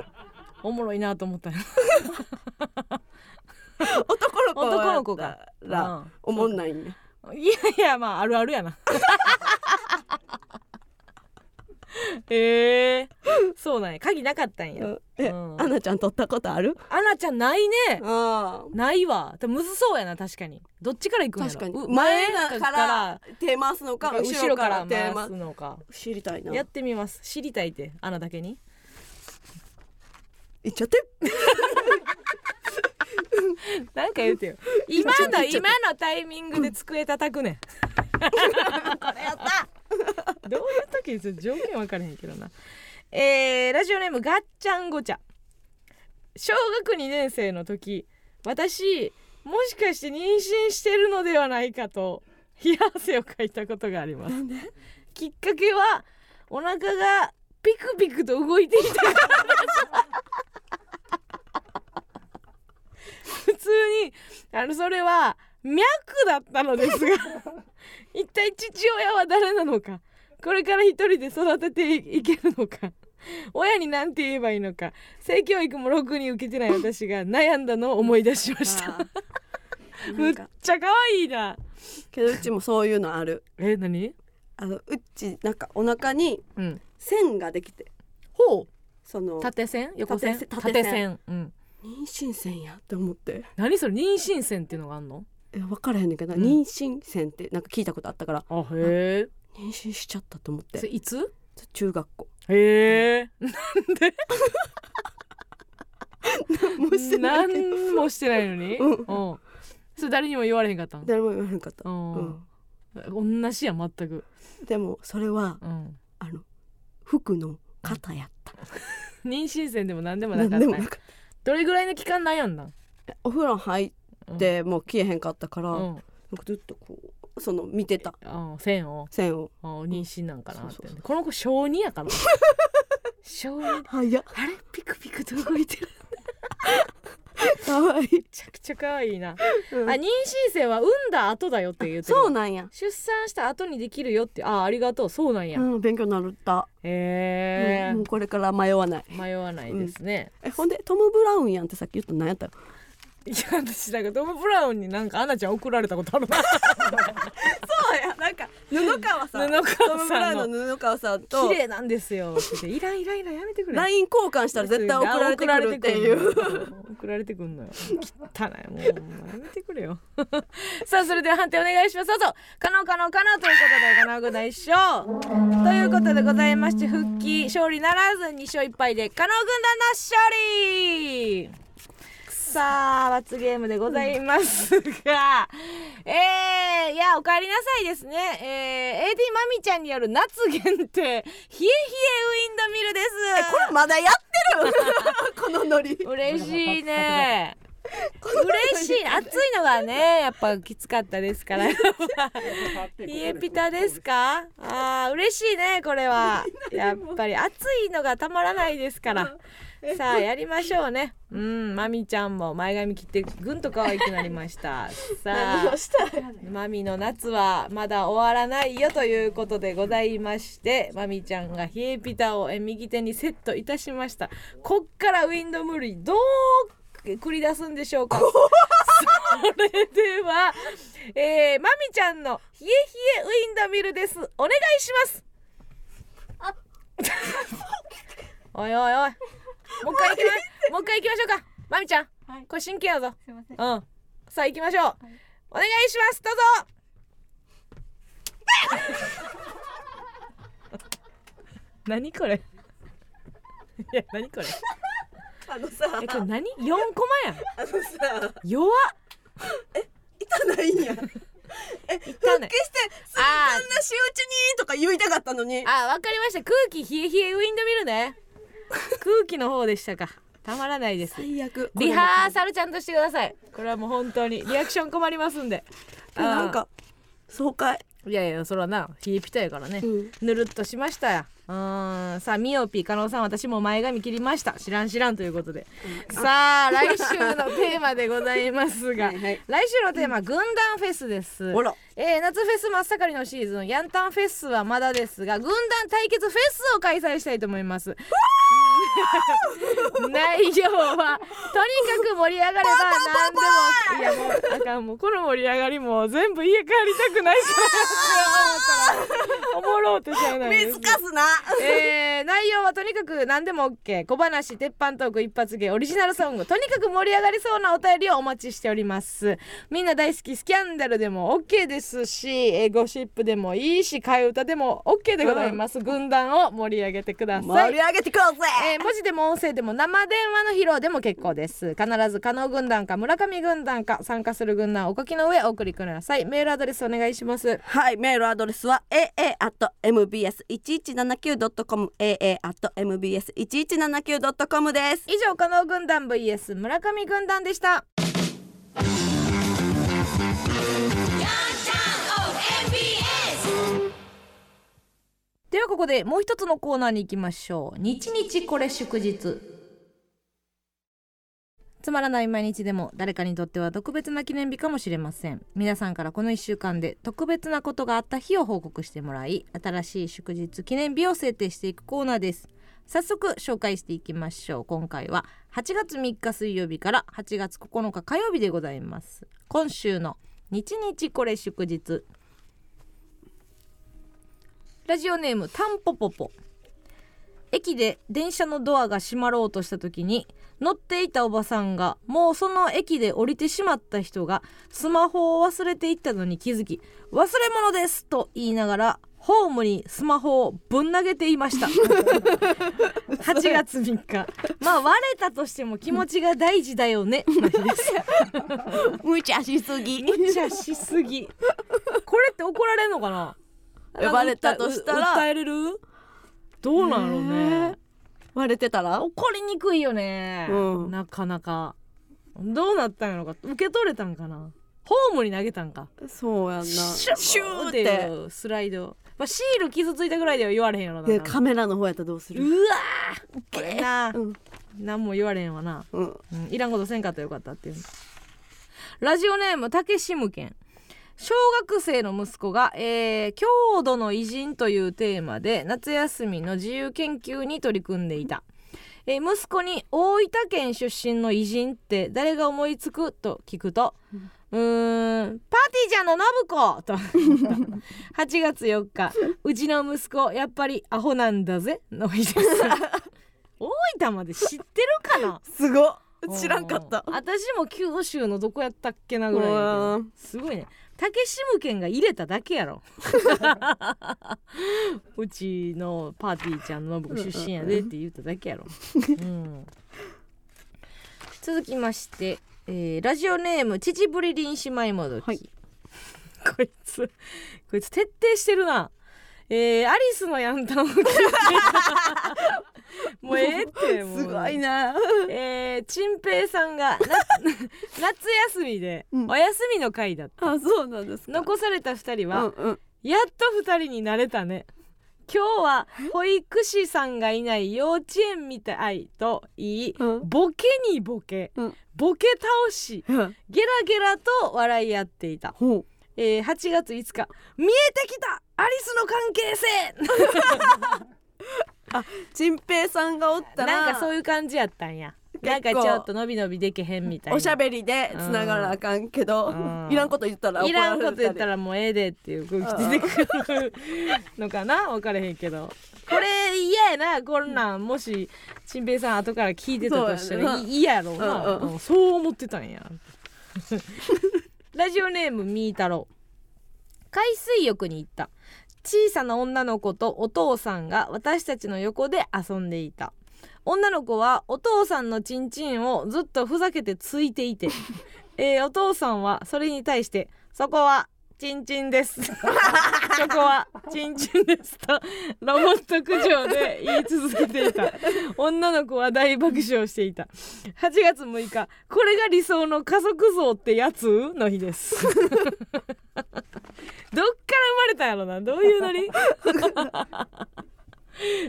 B: おもろいなと思ったよ
A: 男の子は
B: 男の子が
A: らおもんないんや
B: うんいやいやまああるあるやな へえそうなんや鍵なかったんや、
A: うんえ
B: うん
A: アナちゃん取ったことある
B: アナちゃんないね
A: あ
B: ないわでもむずそうやな確かにどっちから行くんやろ
A: 確かに
B: う
A: 前から手回すのか
B: から
A: 後
B: 後
A: ろ
B: ろ
A: か
B: からら
A: 手
B: 回
A: 回
B: すのか
A: す知りたいな
B: やってみます知りたいってアナだけに
A: いっちゃって
B: なんか言うてよ今の今のタイミングで机叩くねんこ れやった どういう時にする条件分からへんけどなえー、ラジオネームがっちゃんごちゃ小学2年生の時私もしかして妊娠してるのではないかと冷や汗をかいたことがありますきっかけはお腹がピクピクと動いていたからです普通にあのそれは脈だったのですが一体父親は誰なのかこれから一人で育てていけるのか親に何て言えばいいのか性教育もろくに受けてない私が悩んだのを思い出しました
A: あーな
B: む
A: ん
B: っ
A: か
B: ちゃ可愛いな
A: けどうちもそういうのある
B: え何
A: あのうちなんかお腹に
B: うん
A: 線ができて
B: ほ
A: その
B: う縦線横線
A: 縦線
B: 縦線うん
A: 妊娠線やって思って
B: 何それ妊娠線っていうのがあんの
A: え分からへんねんけど、
B: うん
A: 妊娠線ってなんか聞いたことあったから
B: あへ
A: 妊娠しちゃったと思っ
B: えそれ
A: て
B: いつ
A: 中学 校
B: へ
A: もうして
B: え
A: ないけど
B: 何もしてないのに
A: うん
B: んそれ誰にも言われへんかったん
A: 誰も言わへんかった、
B: うん同じやん全く
A: うんでもそれは
B: うん
A: あの服の肩やった
B: 妊娠線でも何でもなか
A: 何で
B: った
A: もな
B: んや
A: んか
B: どれぐらいの期間悩んだん
A: お風呂入ってもう消えへんかったから、
B: う
A: なん
B: ん
A: かずっとこうその見てた
B: あ線を
A: 線を
B: あ妊娠なんかなって
A: そうそうそう
B: この子小二 やから小二
A: 早っ
B: あれピクピクと動いてる
A: かわいい
B: め、ちゃくちゃ可愛いな
A: うん
B: あ妊娠生は産んだ後だよって言うてる
A: そうなんや、
B: 出産した後にできるよってあありがとうそうなんや、
A: うん、勉強になるった、
B: へえ
A: うんもうこれから迷わない
B: 迷わないですね、
A: えほんでトム・ブラウンやんってさっき言ったの何やったの
B: いや私なんかトム・ブラウンになんかアナちゃん怒られたことあるな
A: そうやなんか布川さん
B: 布
A: トム・
B: 川
A: ブラ
B: さん
A: ウ
B: の
A: ンの布川さんと
B: 綺麗なんですよって言ってイライライラやめてくれ
A: LINE 交換したら絶対送られてくるって いう
B: 送られてく んのよ汚いもうやめてくれよ さあそれでは判定お願いしますどうぞ可能可能可能ということで可能具大勝ということでございまして復帰勝利ならず2勝1敗で可能軍団の勝利さあ罰ゲームでございますが、 えー、いやおかえりなさいですね、えー、AD まみちゃんによる夏限定冷え冷えウィンドミルです
A: これまだやってるこのノリ
B: 嬉しいね嬉しい暑いのがねやっぱきつかったですから冷えピタですかあー嬉しいねこれはやっぱり暑いのがたまらないですからさあやりましょうねうんまみちゃんも前髪切ってぐんと可愛くなりましたさあマミの夏はまだ終わらないよということでございましてマミちゃんが冷えピタをえ右手にセットいたしましたこっからウィンドムールどう繰り出すんでしょうかそれでは、えー、マミちゃんの冷え冷えウィンドミルですお願いしますあおいおいおいもう一回行きまもう一回行きましょうかマミちゃん、これ真剣やぞ
E: すいません。
B: うんさあ行きましょう、お願いしますどうぞ 何これいや何これ
A: あのさ
B: えこれ 何四コマ
A: あ
B: やん
A: のさ
B: 弱っ
A: 痛ないんや
B: 痛な
A: 決
B: い
A: してそん
B: あ
A: な仕打ちにとか言いたかったのに
B: ーあーわかりました空気冷え冷えウィンドミルね 空気の方でしたかたまらないです
A: 最悪
B: リハーサルちゃんとしてくださいこれはもう本当にリアクション困りますん で
A: これなんかなんか爽快
B: いやいやそれはな冷えピタやからね、
A: うん
B: ぬるっとしましたやうんさあミオピー加納さん私も前髪切りました知らん知らんということで、さあ来週のテーマでございますが
A: はいはい
B: 来週のテーマ軍団フェスです、
A: あら
B: えー夏フェス真っ盛りのシーズンヤンタンフェスはまだですが軍団対決フェスを開催したいと思います内容はとにかく盛り上がれば何でもいやもうあかんもうこの盛り上がりも全部家帰りたくないからおもろうとしちゃうない
A: 見つかすな
B: えー内容はとにかく何でも OK 小話鉄板トーク一発芸オリジナルソングとにかく盛り上がりそうなお便りをお待ちしておりますみんな大好きスキャンダルでも OK ですし、えーゴシップでもいいし替え歌でも OK でございます、軍団を盛り上げてくださ
A: 盛
B: い
A: り上げてこうぜ
B: えー文字でも音声でも生電話の披露でも結構です必ず加納軍団か村上軍団か参加する軍団をお書きの上お送りくださいメールアドレスお願いします
A: はい、メールアドレスは aa.mbs1179.com aa.mbs1179.com です。
B: 以上加納軍団 VS 村上軍団でしたではここでもう一つのコーナーに行きましょう日日これ祝日つまらない毎日でも誰かにとっては特別な記念日かもしれません皆さんからこの1週間で特別なことがあった日を報告してもらい新しい祝日記念日を制定していくコーナーです早速紹介していきましょう今回は8月3日水曜日から8月9日火曜日でございます今週の日日これ祝日ラジオネームタンポポポ駅で電車のドアが閉まろうとした時に乗っていたおばさんがもうその駅で降りてしまった人がスマホを忘れていったのに気づき「忘れ物です!」と言いながらホームにスマホをぶん投げてい ました8月3日まあ割れたとしても気持ちが大事だ よねの日です
A: 無茶しすぎ。
B: 無茶しすぎこれって怒られんのかな
A: 呼ばれたとした
B: なんか訴え訴
A: ら
B: えれるどうなんやろうね、
A: ね 割れてたら。
B: 怒りにくいよね、
A: うん
B: なかなかどうなったんやろか受け取れたんかなホームに投げたんか
A: そうやんな。
B: シ
A: シ
B: ュ
A: ュ
B: ー
A: ーっ
B: って
A: て。
B: いうスライド、まあ、シール傷ついたぐらいでは言われへんやろな
A: でカメラの方やったらどうする？
B: うわーこれな、
A: うん
B: 何も言われへんわな
A: うん。
B: うん、いらんことせんかったらよかったっていうラジオネームたけしむけん小学生の息子が、えー郷土の偉人というテーマで夏休みの自由研究に取り組んでいた、えー息子に大分県出身の偉人って誰が思いつくと聞くとうーんパーティーちゃんの信子と 8月4日うちの息子やっぱりアホなんだぜの日です大分まで知ってるかな
A: すごっ。知らんかった
B: う。ん私も九州のどこやったっけなぐらいやけど
A: うん
B: すごいね竹むけんが入れただけやろ うちのパーティーちゃんの僕出身やでって言っただけやろ、うん、続きまして、えーラジオネーム父ぶり林姉妹もどき、
A: はい
B: こいつこいつ徹底してるなえー、アリスのヤンタンを 聞いてもうええってもう
A: すごい な。
B: えー、ちんぺいさんがな 夏休みで
A: うん
B: お休みの会だった、
A: あ、そうなんですか。
B: 残された2人
A: う
B: は、
A: んうん。
B: やっと2人になれたね今日は保育士さんがいない幼稚園みたいと言い、
A: うん
B: ボケにボケ、
A: うん
B: ボケ倒し
A: うん
B: ゲラゲラと笑い合っていた、
A: ほう。
B: えー、8月5日見えてきたアリスの関係性
A: チンペイさんがおったら、
B: なんかそういう感じやったんやなんかちょっと伸び伸びでけへんみたいな
A: おしゃべりでつながらあかんけど
B: うん、
A: いらんこと言ったら怒
B: いらんこと言った
A: られ
B: らもうええでっていう空気出てくるのかな分からへんけどこれ嫌やなこんなんもしちんぺいさん後から聞いてたとし
A: そ
B: た
A: うや
B: ら
A: ない
B: 嫌やろうな、
A: うんうん
B: うんそう思ってたんやラジオネームみーたろう海水浴に行った小さな女の子とお父さんが私たちの横で遊んでいた女の子はお父さんのチンチンをずっとふざけてついていて、えーお父さんはそれに対して「そこはチンチンです」 「そこはチンチンです」とロボット苦情で言い続けていた女の子は大爆笑していた8月6日これが理想の家族像ってやつの日です どっから生まれたんやろなどういうノリ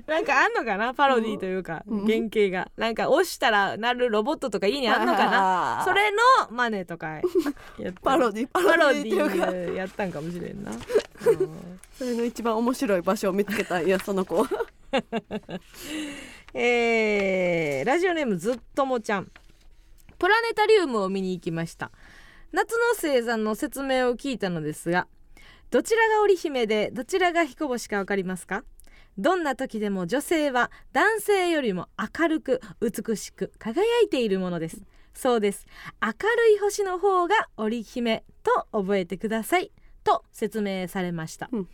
B: なんかあんのかなパロディというか
A: うん
B: 原型がなんか押したらなるロボットとか家にあんのかな
A: な
B: それのマネとかやった
A: パロディパ
B: パ
A: ロ
B: ロデ
A: ディっていうか
B: ィやったんかもしれんなうん
A: それの一番面白い場所を見つけたんやその子
B: えーラジオネームずっともちゃんプラネタリウムを見に行きました夏の星座の説明を聞いたのですがどちらが織姫でどちらが彦星かわかりますかどんな時でも女性は男性よりも明るく美しく輝いているものですそうです明るい星の方が織姫と覚えてくださいと説明されました、
A: うん
B: 8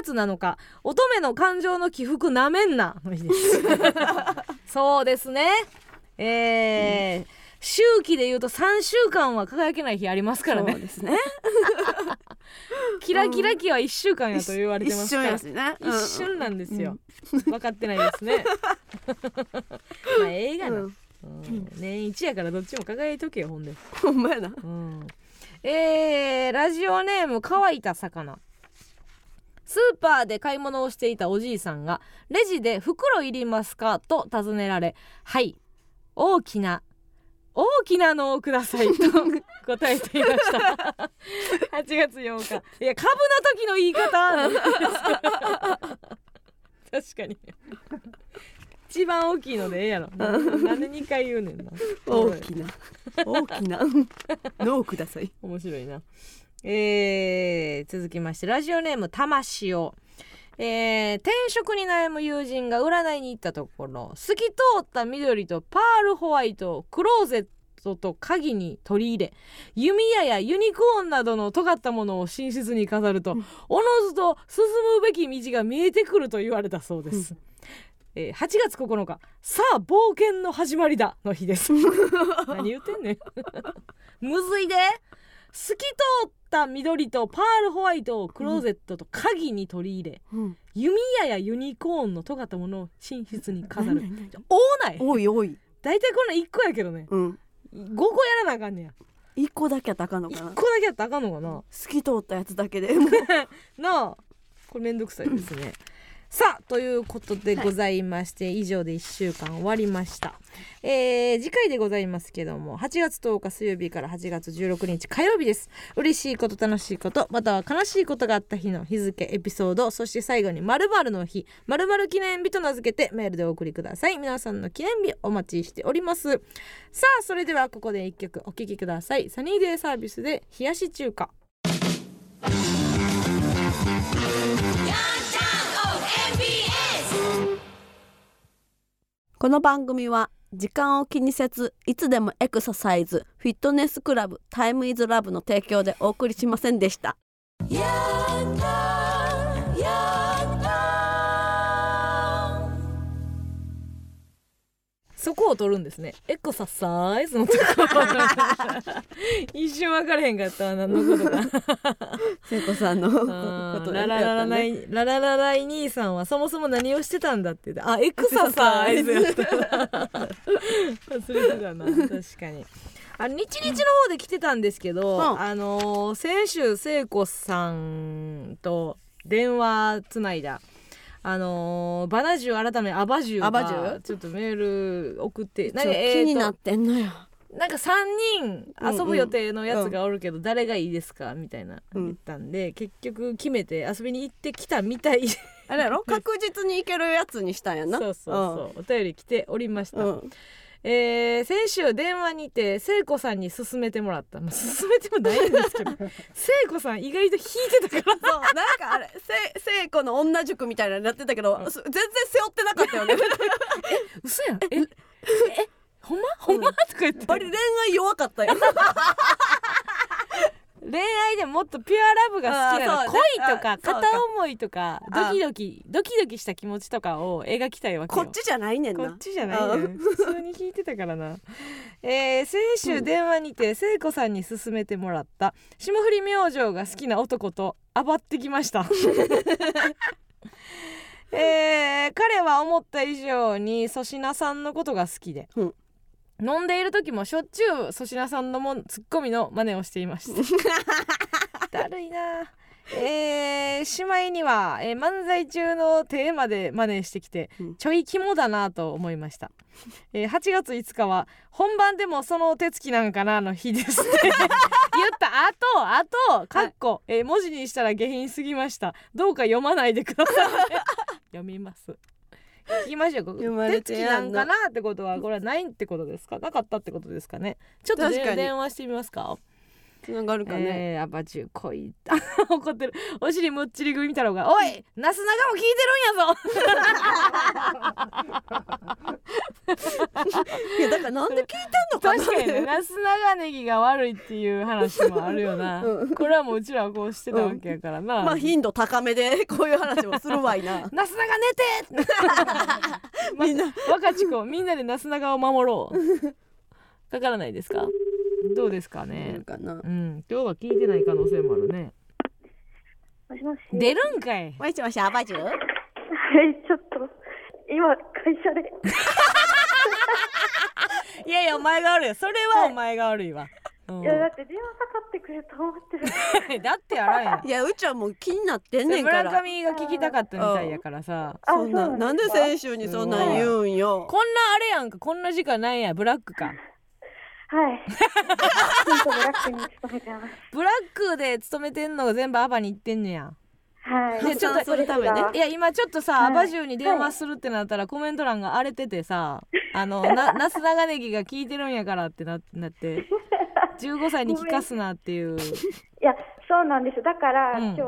B: 月7日乙女の感情の起伏なめんなの日で すそうですねえー周期で言うと3週間は輝けない日ありますから
A: そう
B: ね
A: ですね
B: キラキラ期は1週間やと言われて
A: 一
B: ます
A: 瞬
B: から
A: やしね
B: 一瞬なんですよ、分かってないで すねまあ映画
A: う
B: の、
A: ん、うん、
B: うん年一やからどっちも輝いとけよほんで、
A: ほんまやな
B: うん、えー、ラジオネーム乾いた魚スーパーで買い物をしていたおじいさんがレジで「袋いりますか?」と尋ねられ「はい大きな大きなのをくだ さい」と答えていました8月8日いや株の時の言い方なんです確かに 一番大きいのでええやろなんなんで2回言うねんな
A: 大きな大きな脳をください
B: 面白いな、えー続きましてラジオネーム魂を、えー転職に悩む友人が占いに行ったところ透き通った緑とパールホワイトをクローゼットと鍵に取り入れ弓矢やユニコーンなどの尖ったものを寝室に飾ると、
A: うん
B: おのずと進むべき道が見えてくると言われたそうです、えー8月9日さあ冒険の始まりだの日です 何言ってんねん むずいで透き通った緑とパールホワイトをクローゼットと鍵に取り入れ、
A: うん
B: 弓矢やユニコーンの尖ったものを寝室に飾る
A: 何々
B: 多ない
A: 多い多い
B: 大体こんなん1個やけどね
A: うん
B: 5個やらなあかんねや
A: 一個だけは高いの
B: 1
A: か
B: 個だ
A: な
B: けやったらあかんのかな
A: 透き通ったやつだけでもう
B: なあこれめんどくさいですねさあということでございまして、以上で1週間終わりました、えー次回でございますけども8月10日水曜日から8月16日火曜日です嬉しいこと楽しいことまたは悲しいことがあった日の日付エピソードそして最後に〇〇の日〇〇記念日と名付けてメールでお送りください皆さんの記念日お待ちしておりますさあそれではここで1曲お聴きくださいサニーデイサービスで冷やし中華
A: この番組は時間を気にせずいつでもエクササイズフィットネスクラブタイムイズラブの提供でお送りしませんでした
B: そこを取るんですね。エクササイズのところ。一瞬分からへんかったわ、何のこ とか。
A: 聖子さんのこ
B: あー
A: と
B: ララララライ、ラララライ兄さんはそもそも何をしてたんだって言って、あ、エクササイズやったわ。忘れてたな、確かに。あの日日の方で来てたんですけど、
A: うん
B: あのー先週聖子さんと電話つないだあのーバナジュ改めアバジュが
A: アバジュ
B: ちょっとメール送って
A: ちょっと気になってんのよ、
B: なんか3人遊ぶ予定のやつがおるけど誰がいいですかみたいな
A: うん
B: 言ったんで結局決めて遊びに行ってきたみたいそ
A: あれやろ確実にいけるやつにしたんや
B: う
A: な
B: そうそうお便り来ておりました、
A: うんうん
B: えー先週電話にて聖子さんに勧めてもらった、まあ、勧めてもないんです けど聖子さん意外と引いてたから
A: そうなんかあれせ聖子の女塾みたいなのになってたけど、す全然背負ってなかったよね
B: 嘘やんええほんまほんま、とか言って
A: バリ恋愛弱かったよ
B: 恋愛でもっとピュアラブが好きな
A: あーそ
B: の
A: うね
B: 恋とか
A: あそうか
B: 片思いとか
A: あ
B: ドキドキドキドキした気持ちとかを描きたいわけ
A: こ
B: よ
A: っちじゃないねん
B: こ
A: な
B: っちじゃないよ
A: う ん
B: 普通に聞いてたからなえー先週電話にて聖子さんに勧めてもらった霜降り明星が好きな男とあばってきました えー彼は思った以上に粗品さんのことが好きで、
A: うん
B: 飲んでいる時もしょっちゅ う粗品さんのもんツッコミの真似をしていましただるいなえー、しまいには、えー漫才中のテーマで真似してきて、
A: うん
B: ちょい肝だなと思いました、えー、8月5日は本番でもその手つきなんかなの日で すね言ったあとあとかっこ、えー文字にしたら下品すぎましたどうか読まないでくださいね 読みます聞きましょうここ
A: 読まれ
B: 手
A: て
B: つき
A: や
B: なんん
A: の
B: かなってことはこれはないってことですかなかったってことですかねちょっとで
A: 確かに
B: 電話してみますか
A: つながるかね、
B: えー、やっぱ中こい 怒ってるお尻むっちり組みたろうがおいなすなかも聞いてるんやぞ
A: いやだからなんで聞いてんのか な
B: 確かにねなすながネギが悪いっていう話もあるよな、
A: うん
B: これはもううちらはこうしてたわけやからな、
A: まあ頻度高めで こういう話もするわい な
B: なすなが寝て
A: みんな
B: 若ち子みんなでなすながを守ろうかからないですかどうですか
A: い
B: ね
A: るかな
B: うん今日は聞いてない可能性もあるね
C: もしもし。
B: 出るんかい
A: 毎日毎日アバジュ
C: はい、ちょっと、今、会社で。
B: いやいやお前が悪いよそれはお前が悪いわ、うん
C: いや、だって電話かかってくると思って る。
B: だってやらんやん
A: いやうちはもう気になってんねんか
B: 村
A: ら
B: 上が聞きたかったみたいやからさ
C: あ
A: そんな
C: そう
A: な
C: なんん
A: で
C: ですか
A: 先週にそんなん言うんよ
B: こんなあれやんかこんな時間ないやブラックか
C: はい。ヒントブラックに勤めてます。
B: ブラックで勤めてんのが全部アバに行ってんねや
C: はい。
A: 発散するためね
B: いや今ちょっとさ、
C: はい
B: アバジュに電話するってなったらコメント欄が荒れててさあの ななす長ネギが聞いてるんやからってなな って15歳に聞かすなっていう
C: いや、そうなんです。だから、
B: うん
C: 今日、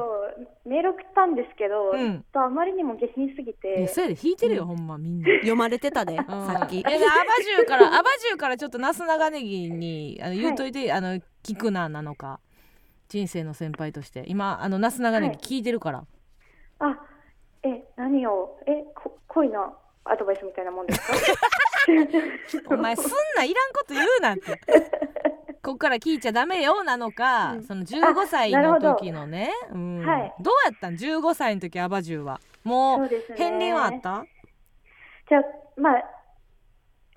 C: メール送ったんですけど、
B: うん
C: ちょっとあまりにも下品すぎ
B: いや
C: て。
B: そうやで引いてるよ、ほんまみんな。
A: 読まれてたで
B: うん
A: さっき
B: えアバジュからアバジュからちょっとなす長ネギにあの言うといて、あの聞くななのか人生の先輩として今あのなす長ネギ聞いてるから、
C: あ、え、何を、え、こ恋のアドバイスみたいなもんですか
B: お前すんないらんこと言うなん てこっから聞いちゃダメよなのか、
A: うん
B: その15歳
C: あなる
B: の
C: ほど
B: 時のねうん
C: はい
B: どうやったん15歳の時アバジュはも
C: そううですね。
B: 片鱗はあった
C: じゃあ、まあ、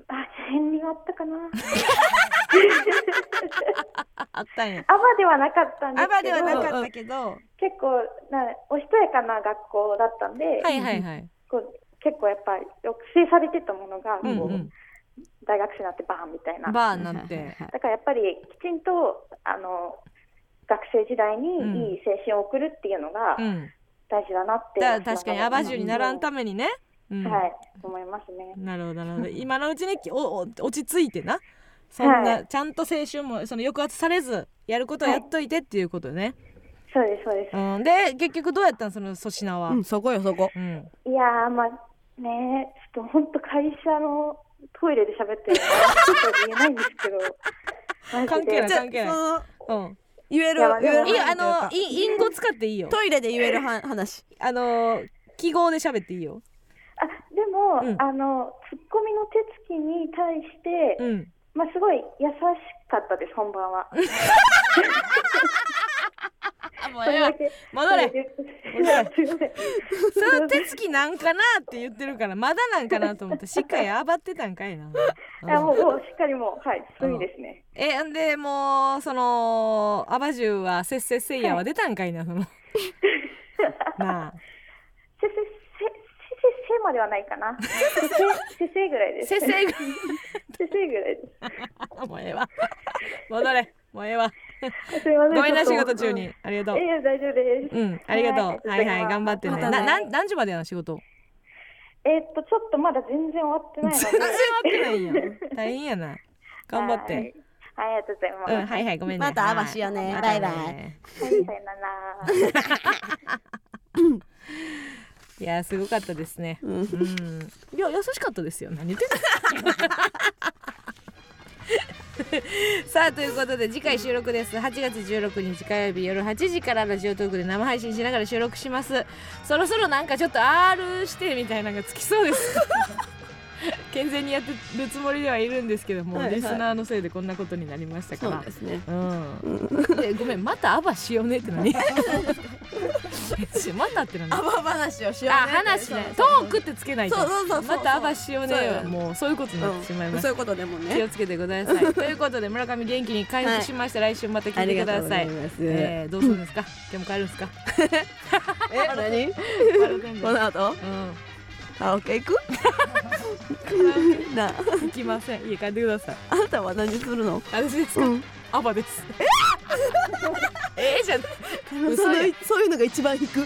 C: あ、片鱗はあったか な。
B: ああったんや
C: アバではなかったんです
B: ア
C: けど。
B: バではなかったけど、
C: 結構なおしとやかな学校だったんで、
B: はいはいはい、
C: こう結構やっぱ抑制されてたものがこ
B: う
C: う、
B: んうん、
C: 大学生になってバーンみたいなだ
B: バーになって
C: からやっぱりきちんとあの学生時代にいい青春を送るっていうのが
B: うん
C: 大事だなって、
B: だから確かにアバジュにならんためにね、うん
C: めはい思いますね
B: なるほどなるほ ど今のうちにおお落ち着いてなそんな、
C: は
B: ちゃんと青春もその抑圧されずやることはやっといてっていうことね、
C: そうですそうで
B: うん、で結局どうやったんその粗品は、
A: うんそこよそこ
B: うん
C: すいやーまあねちょっと本当会社のトイレで喋ってるからちょっと言えないんですけ どマジで
B: 関係ない
A: じゃあ
B: 関係ない
A: その
B: うん、
A: 言える
C: いやまあ
A: 言える
B: いいよ
A: 範囲と
B: あ
A: いう
B: の
A: か
B: い隠語使っていいよ
A: トイレで言えるは話
B: あの記号で喋っていいよ
C: あでも、
B: うん
C: あのツッコミの手つきに対して、
B: うん
C: まあ、すごい優しかったです、本番は。
B: あもう
C: それだけ
B: 戻れ
C: それだけすいません
B: その手つきなんかなって言ってるからまだなんかなと思 ってしっかり暴ってたんかいな、うん
C: あもうもうしっかりもう、はい、罪ですね。
B: えんでもうそのアバジュはせっせっせいやは出たんかいなそのなあ
C: せせせせせせまではないかな。せせせせぐらいです。
B: せっせい
C: せせぐらいで
B: が もうええわ戻れもうええわ
C: す。すいません。
B: ごめんな
C: ち
B: 仕
C: ょっと
B: 事中。にありがとう
C: いやいや大丈夫です。
B: うんありがとう
C: は
B: はいいはい頑張ってね
A: また
B: な
A: ね
B: なん何時までやの仕事
C: えーっとちょっとまだ全然終わってないので。
B: 全然終わってないやん大変やな頑張って
C: はい。はいありがとうございます。
B: うんはいはいごめんね
A: また
B: はい
A: アバしようね
B: またね
A: バイバ
C: はい、さよなら。
B: いやすごかったですね
A: うん
B: うんいや優しかったですよ何言ってんの さあということで次回収録です8月16日火曜日夜8時からラジオトークで生配信しながら収録しますそろそろなんかちょっと R してみたいなのがつきそうです 健全にやってるつもりではいるんですけども、
A: はいはい
B: リスナーのせいでこんなことになりましたか
A: そう
B: ら
A: ですね
B: うん、でごめんまたアバしようねって何ちまたってなんだ
A: あば話をしよう
B: あ
A: ね
B: 話ねトークってつけないと
A: そうそうそうそう
B: またあばしよう
A: そう
B: ね
A: よ
B: もうそういうことになってしまいま
A: うん
B: す
A: そういうことでも
B: 気
A: ね
B: をつけてください ということで村上元気に回復しました、来週また聞いてください
A: ますえ
B: えー、どうするんですか今日も帰るんですか
A: 何 この後
B: うん
A: カラオケ行く なあ
B: 行きません家帰ってください
A: あなたは何するの
B: 私ですか、
A: うん
B: アバです ええじゃん
A: その
B: 嘘や
A: そういうのが一番引く